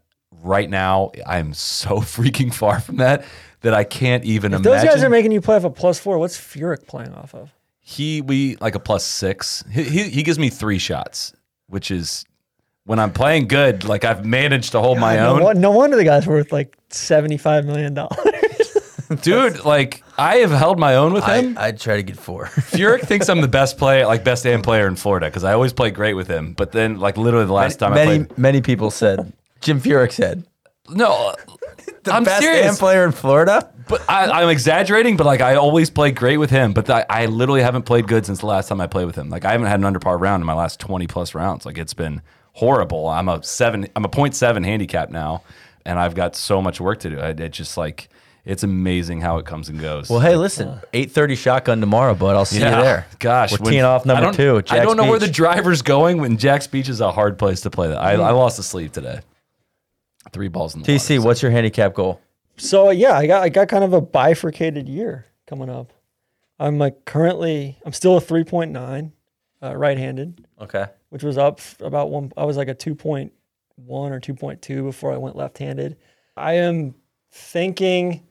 right now I'm so freaking far from that that I can't even Those imagine. guys are making you play off a plus four. What's Furyk playing off of? he we like a plus six. He, he he gives me three shots, which is when I'm playing good. Like I've managed to hold my No, own. won- no wonder the guy's worth like seventy-five million dollars. dude. Like I have held my own with I, him. I'd try to get four. Furyk thinks I'm the best player, like best AM player in Florida, because I always play great with him. But then, like literally the last time I many, played, many people said Jim Furyk said no, uh, the I'm best serious. damn player in Florida. but I, I'm exaggerating. But like I always play great with him. But I, I literally haven't played good since the last time I played with him. Like I haven't had an under par round in my last 20 plus rounds. Like it's been horrible. I'm a seven. I'm a point seven handicap now, and I've got so much work to do. I, it just like it's amazing how it comes and goes. Well, hey, listen, eight thirty shotgun tomorrow, bud. I'll see you there. Gosh, we're when- teeing off I number don't- two. I don't know where the Jack's driver's going when Jack's Beach is a hard place to play that. I, I lost a sleeve today. Three balls in the Beach. TC, water, what's your handicap goal? so yeah, I got I got kind of a bifurcated year coming up. I'm like currently I'm still a three point nine, uh, right-handed, Okay, which was up f- about one. I was like a two point one or two point two before I went left-handed. I am thinking,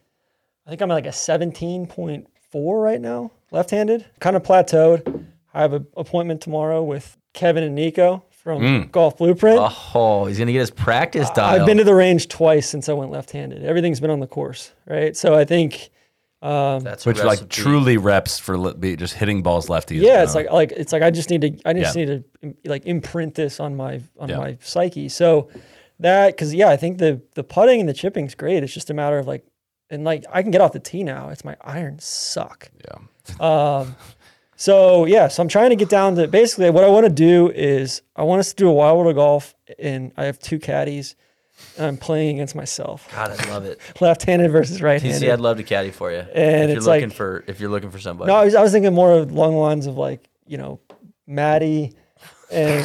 I think I'm at like a seventeen point four right now, left-handed. Kind of plateaued. I have an appointment tomorrow with Kevin and Nico from Golf Blueprint. oh, he's gonna get his practice dialed. I've been to the range twice since I went left-handed. Everything's been on the course, right? So I think, That's a which like recipe. truly reps for li- be- just hitting balls lefty. yeah, it's like like it's like I just need to I just Yeah. need to im- like imprint this on my on Yeah. my psyche. So that because yeah, I think the the putting and the chipping's great. It's just a matter of like and like I can get off the tee now. It's my irons suck. Yeah. um. So yeah, so I'm trying to get down to basically what I want to do is I want us to do a wild world of golf, and I have two caddies. And I'm playing against myself, God, I love it. left-handed versus right-handed. TC, I'd love to caddy for you. if And you're it's looking like- for if you're looking for somebody. No, I was, I was thinking more along the lines of like, you know, Maddie, and,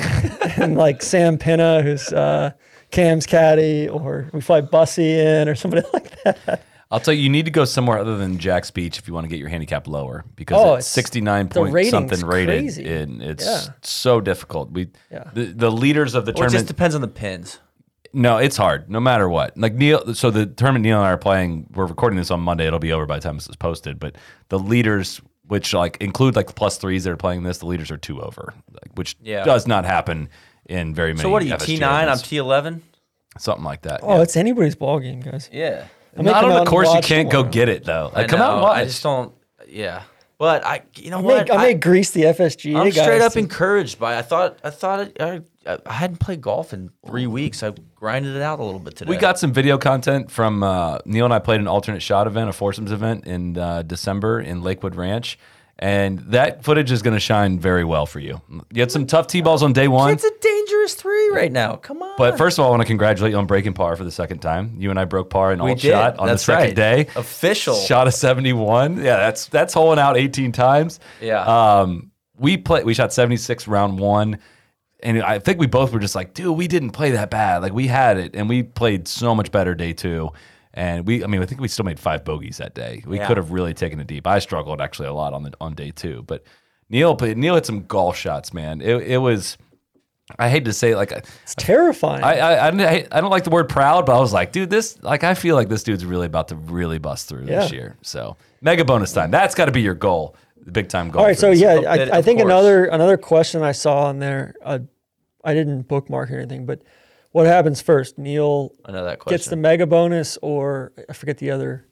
and like Sam Pinna, who's uh, Cam's caddy, or we fly Bussy in, or somebody like that. I'll tell you, you need to go somewhere other than Jack's Beach if you want to get your handicap lower because Oh, it's it's- 69 the point rating's something rated. crazy. And it's Yeah. so difficult. We Yeah. the, the leaders of the Well, it just tournament. depends on the pins. no, it's hard no matter what. Like Neil, so the tournament Neil and I are playing, we're recording this on Monday. It'll be over by the time this is posted. But the leaders, which like include like the plus threes that are playing this, the leaders are two over, like, which Yeah. does not happen in very many So what are you FSGA T nine? I'm events. T eleven. something like that. Oh, yeah. it's anybody's ball game, guys. Yeah, I may Not come on out the and course, you watch can't go tomorrow. get it though. Like, I Uh, come out and know. watch. I just don't. Yeah, but I, you know I what? may, I may grease the FSGA I'm guys. straight up to- encouraged by. I thought I thought it, I I hadn't played golf in three weeks. I grinded it out a little bit today. We got some video content from uh, Neil and I played an alternate shot event, a foursomes event in uh, December in Lakewood Ranch, and that footage is going to shine very well for you. You had some tough tee balls on day one, It's a dangerous three right now. Come on. but first of all, I want to congratulate you on breaking par for the second time. You and I broke par in we alt did. shot on That's the second day. right. Official. Shot a seventy-one. Yeah, that's that's holing out eighteen times. Yeah. Um, we play. We shot seventy-six round one, and I think we both were just like, dude, we didn't play that bad. Like we had it, and we played so much better day two. And we, I mean, I think we still made five bogeys that day. We Yeah. could have really taken it deep. I struggled actually a lot on the on day two, but Neil played, Neil had some golf shots, man. It, it was. I hate to say, it, like It's terrifying. I, I, I don't- I don't like the word proud, but I was like, dude, this like I feel like this dude's really about to really bust through this Yeah. year. So mega bonus time. That's got to be your goal, the big time goal. All right, for so this. yeah, Hope that it- I, I of think course. another another question I saw on there, uh, I didn't bookmark or anything, but what happens first? Neil I know that gets the question. mega bonus, or I forget the other.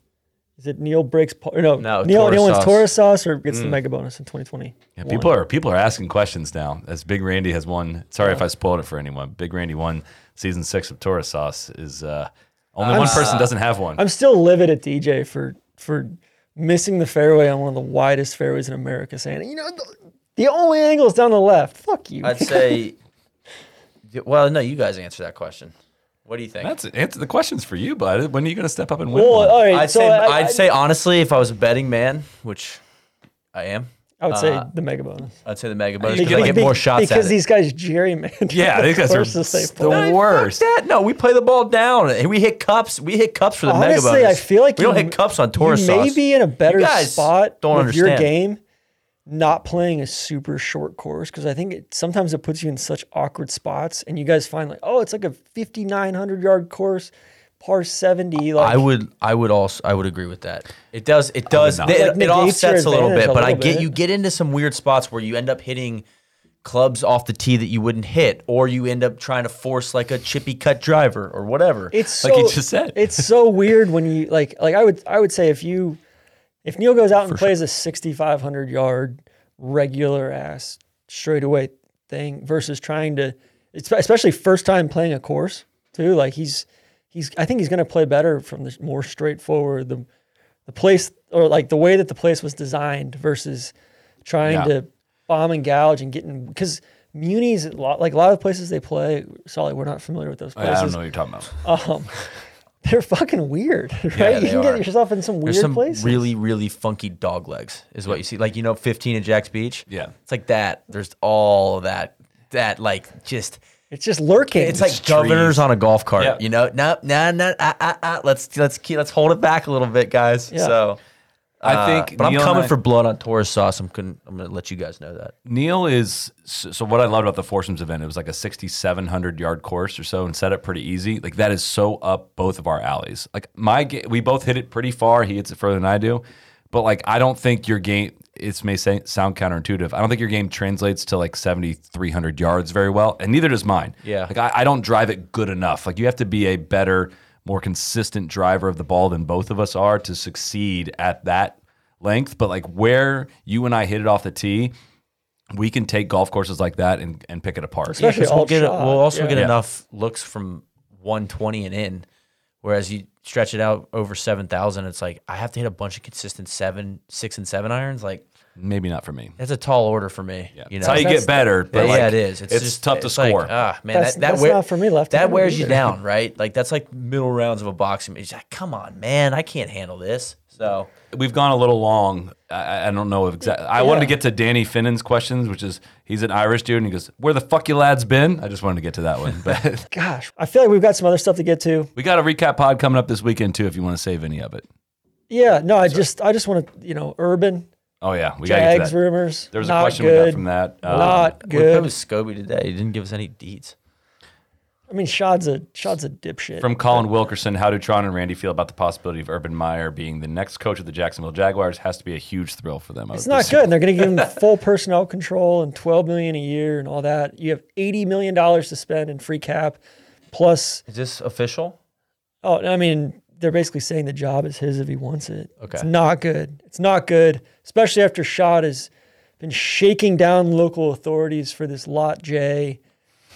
Is it Neil breaks? Pa- or no, No, Neil Taurus Neil wins sauce. Mm. Taurus sauce, or gets the mega bonus in 2020. Yeah, people are people are asking questions now. As Big Randy has won. Sorry if I spoiled it for anyone. Big Randy won season six of Taurus Sauce. Is uh, only one person doesn't have one. I'm still livid at DJ for for missing the fairway on one of the widest fairways in America, saying you know the, the only angle is down the left. Fuck you. I'd say. Well, no, you guys answer that question. What do you think? That's answer the questions for you, bud. When are you going to step up and win? well, uh, one? all right, I'd so say I, I, would say honestly, if I was a betting man, which I am, I would say the mega bonus. I'd say the mega bonus Because because I they uh, get be- more shots at because it. these guys gerrymander. yeah, these guys are courses they play. the worst. Fuck that. No, we play the ball down. and We hit cups. We hit cups for the mega bonus. Honestly, I feel like we you don't hit m- cups on Taurus You may sauce. be in a better You guys spot don't with your understand. game, not playing a super short course because I think it, sometimes it puts you in such awkward spots, and you guys find like, oh, it's like a fifty nine hundred yard course, par seventy. Like I would, I would also, I would agree with that. It does, it does, not. it, Like, it negates your offsets a little bit, advantage a but I little get bit. you get into some weird spots where you end up hitting clubs off the tee that you wouldn't hit, or you end up trying to force like a chippy cut driver or whatever. It's Like so, he just said. it's so weird when you like like I would I would say if you if Neil goes out and plays a sixty five hundred yard regular ass straightaway thing versus trying to it's- especially first time playing a course too like he's he's I think he's gonna play better from the more straightforward the the place or like the way that the place was designed versus trying Yeah. to bomb and gouge and getting because. Muni's a lot like a lot of places they play. Sorry, we're not familiar with those I places don't know what you're talking about. they're fucking weird, right? you they can are. get yourself in some weird There's some places. really, really funky dog legs, is what you see. Like you know, 15 at Jack's Beach. Yeah. it's like that. There's all that, that like just. it's just lurking. It's like governors on a golf cart, Yeah. you know. No, no, no. Uh, uh, uh, let's let's keep, let's hold it back a little bit, guys. Yeah. So I Uh, think, but Neil I'm and coming I- for blood on Taurus sauce. I'm gonna, I'm gonna let you guys know that. Neil is so so what I loved about the foursomes event. It was like a 6,700 yard course or so, and set up pretty easy. Like that is so up both of our alleys. Like my ga- we both hit it pretty far. He hits it further than I do, but like I don't think your game. It may say, sound counterintuitive. I don't think your game translates to like 7,300 yards very well, and neither does mine. Yeah. like I, I don't drive it good enough. Like you have to be a better, more consistent driver of the ball than both of us are to succeed at that length. But like where you and I hit it off the tee we can take golf courses like that and, and pick it apart. Especially Because we'll all get shot. we'll also get Yeah. enough looks from 120 and in, whereas you stretch it out over 7,000, it's like I have to hit a bunch of consistent seven, six, and seven irons. Like Maybe not for me. That's a tall order for me. Yeah. You know, it's how you That's- get better. But yeah, like, yeah, it is. It's, just tough to it's like, score. ah, man, That's- that, that that's wear- not for me, That left-handed wears you either. down, right? Like that's like middle rounds of a boxing match. It's Like, come on, man, I can't handle this. So We've gone a little long. I, I don't know exactly. I wanted to get to Danny Finnan's questions, which is he's an Irish dude, and he goes, "Where the fuck you lads been?" I just wanted to get to that one, but Gosh, I feel like we've got some other stuff to get to. we got a recap pod coming up this weekend too. If you want to save any of it. Yeah, no, I just I just want to you know urban Oh yeah, we got to get to Jags that. rumors. There was not a question good, we got from that. Um, Not we good. posed Scobie today. He didn't give us any deeds. I mean, Shad's a Shad's a dipshit. From Colin Wilkerson, how do Tron and Randy feel about the possibility of Urban Meyer being the next coach of the Jacksonville Jaguars? Has to be a huge thrill for them. I it's would not assume. good. And they're going to give him full personnel control and 12 million a year and all that. You have 80 million dollars to spend in free cap plus Is this official? oh, I mean, they're basically saying the job is his if he wants it. Okay. It's not good. It's not good, especially after Shad has been shaking down local authorities for this lot J,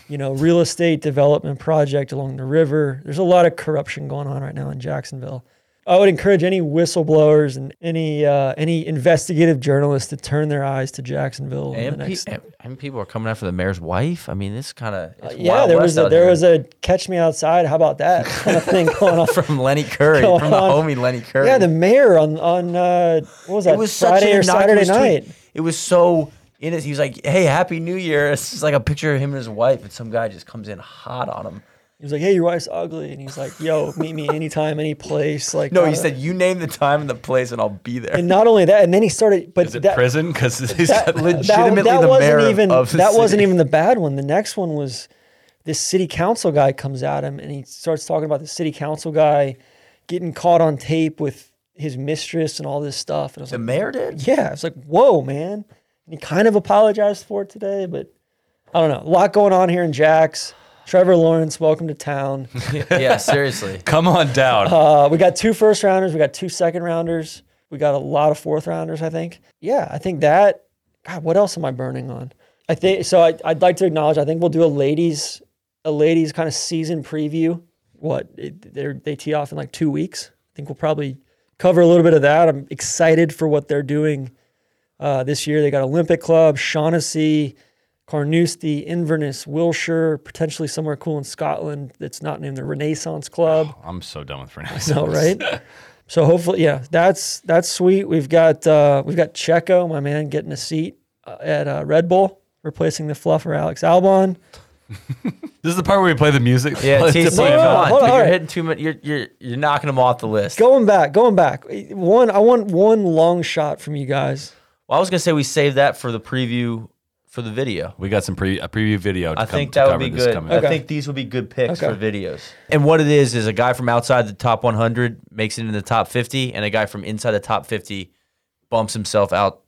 you know, real estate development project along the river. There's a lot of corruption going on right now in Jacksonville. I would encourage any whistleblowers and any uh, any investigative journalists to turn their eyes to Jacksonville in the And, pe- next and, and people are coming after the mayor's wife. I mean, this kind of Uh, yeah, there was a, there was a catch me outside. How about that kind of thing going on? from Lenny Curry Go from the on. homie Lenny Curry. Yeah, the mayor on on uh, what was that? it was such Friday an or Saturday innocuous night. Tweet. It was so in He was like, "Hey, Happy New Year!" It's just like a picture of him and his wife, and some guy just comes in hot on him. He was like, "Hey, your wife's ugly," and he's like, "Yo, meet me anytime, any place." Like, No, uh, he said, "You name the time and the place, and I'll be there." And not only that, and then he started, but Is it that, prison? Because he's that, got that- legitimately that the wasn't mayor of- even of the that wasn't city. even the bad one. The next one was this city council guy comes at him and he starts talking about the city council guy getting caught on tape with his mistress and all this stuff. And I was the like, mayor did. yeah, it's like, whoa, man. And he kind of apologized for it today, but I don't know. A lot going on here in Jax. Trevor Lawrence, welcome to town. yeah, seriously. come on down. Uh, we got two first rounders, we got two second rounders, we got a lot of fourth rounders, I think. Yeah, I think that. God, what else am I burning on? I think so. I, I'd like to acknowledge. I think we'll do a ladies, a ladies kind of season preview. What they they tee off in like two weeks. I think we'll probably cover a little bit of that. I'm excited for what they're doing uh, this year. They got Olympic Club, Shaughnessy, Carnoustie, Inverness, Wilshire, potentially somewhere cool in Scotland that's not named the Renaissance Club. I'm so done with Fernando. No, right? so hopefully, yeah, that's that's sweet. We've got uh, we've got Checo, my man, getting a seat uh, at uh, Red Bull, replacing the fluffer Alex Albon. This is the part where we play the music. Yeah, Let's TC, play it come back. on. hold on, dude, all you're right. hitting too much. You're you're you're knocking them off the list. Going back, going back. One, I want one long shot from you guys. Well, I was gonna say we saved that for the preview for the video. We got some pre a preview video. To I come, think to that would cover be this good. coming I up. Okay. think these would be good picks Okay. for videos. And what it is is a guy from outside the top 100 makes it in the top 50, and a guy from inside the top 50 bumps himself out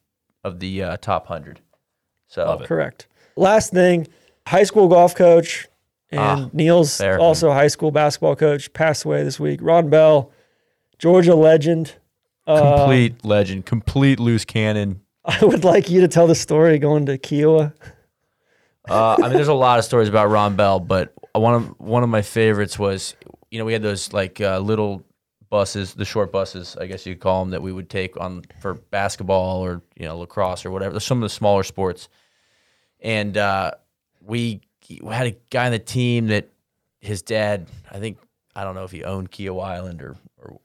of the uh, top 100. So Love it. Correct. Last thing, high school golf coach and Ah, Neil's fair. also high school basketball coach passed away this week. Ron Bell, Georgia legend. Uh, complete legend, complete loose cannon. I would like you to tell the story going to Kiowa. Uh, I mean, there's a lot of stories about Ron Bell, but one of one of my favorites was, you know, we had those like uh, little buses, the short buses, I guess you could call them, that we would take on for basketball or you know lacrosse or whatever. Some of the smaller sports, and uh, we had a guy on the team that his dad, I think, I don't know if he owned Kiowa Island or, or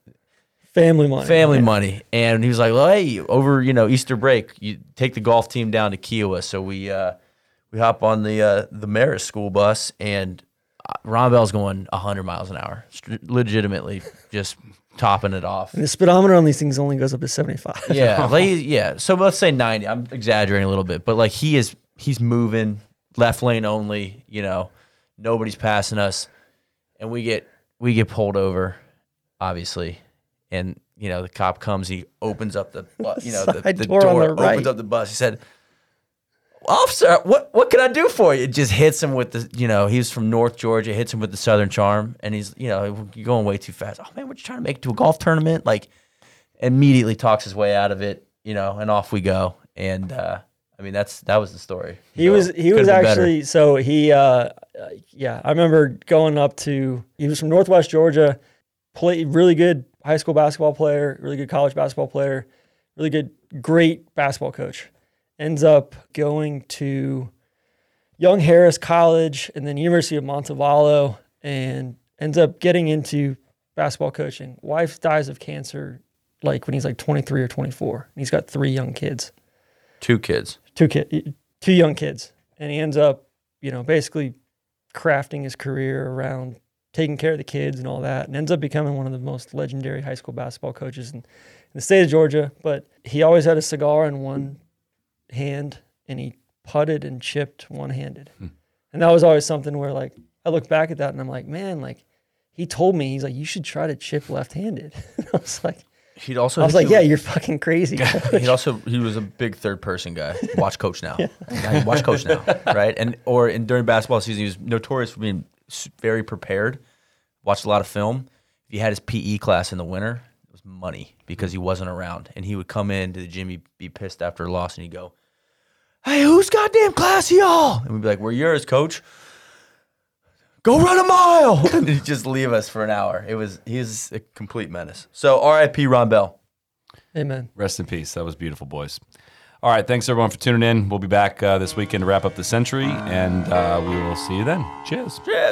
Family money. family money. And he was like, well, hey, over, you know, Easter break, you take the golf team down to Kiowa. So we uh, we hop on the uh, the Marist school bus, and uh, Ron Bell's going 100 miles an hour, st- legitimately just topping it off. The speedometer on these things only goes up to 75. Yeah, like, he's- yeah. So let's say 90. I'm exaggerating a little bit, but like he is, he's moving left lane only. You know, nobody's passing us, and we get we get pulled over, obviously, and you know the cop comes. He opens up the bu- you know the, Side the door door, on the right. opens up the bus. He said. Officer, what what can I do for you? Just hits him with the, you know, he's from North Georgia, hits him with the Southern Charm, and he's, you know, you're going way too fast. Oh man, what you trying to make it to a golf tournament? Like, immediately talks his way out of it, you know, and off we go. And uh, I mean, that's that was the story. He So, was he could've was been better. actually so he uh, uh, yeah I remember going up to he was from Northwest Georgia, played really good high school basketball player, really good college basketball player, really good great basketball coach, ends up going to Young Harris College and then University of Montevallo, and ends up getting into basketball coaching. Wife dies of cancer, like when he's like 23 or 24, and he's got three young kids Two kids. two kid, two young kids, and he ends up, you know, basically crafting his career around taking care of the kids and all that, and ends up becoming one of the most legendary high school basketball coaches in, in the state of Georgia. But he always had a cigar in one hand, and he putted and chipped one-handed, and that was always something where like I look back at that and I'm like, man, like. He told me he's like you should try to chip left-handed. And I was like, He'd also. I was like, yeah, you're fucking crazy. He also he was a big third person guy. Watch coach now. Now you watch coach now, right? And or in during basketball season, he was notorious for being s- very prepared. Watched a lot of film. If he had his PE class in the winter, it was money because he wasn't around, and he would come in to the gym, he'd be pissed after a loss, and he'd go, "Hey, whose goddamn class y'all?" And we'd be like, "We're yours, coach." Go run a mile. and he'd just leave us for an hour. It was he was a complete menace. So R.I.P. Ron Bell. Amen. Rest in peace. That was beautiful, boys. All right. Thanks, everyone, for tuning in. We'll be back uh, this weekend to wrap up the century, and uh, we will see you then. Cheers. Be the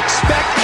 Expect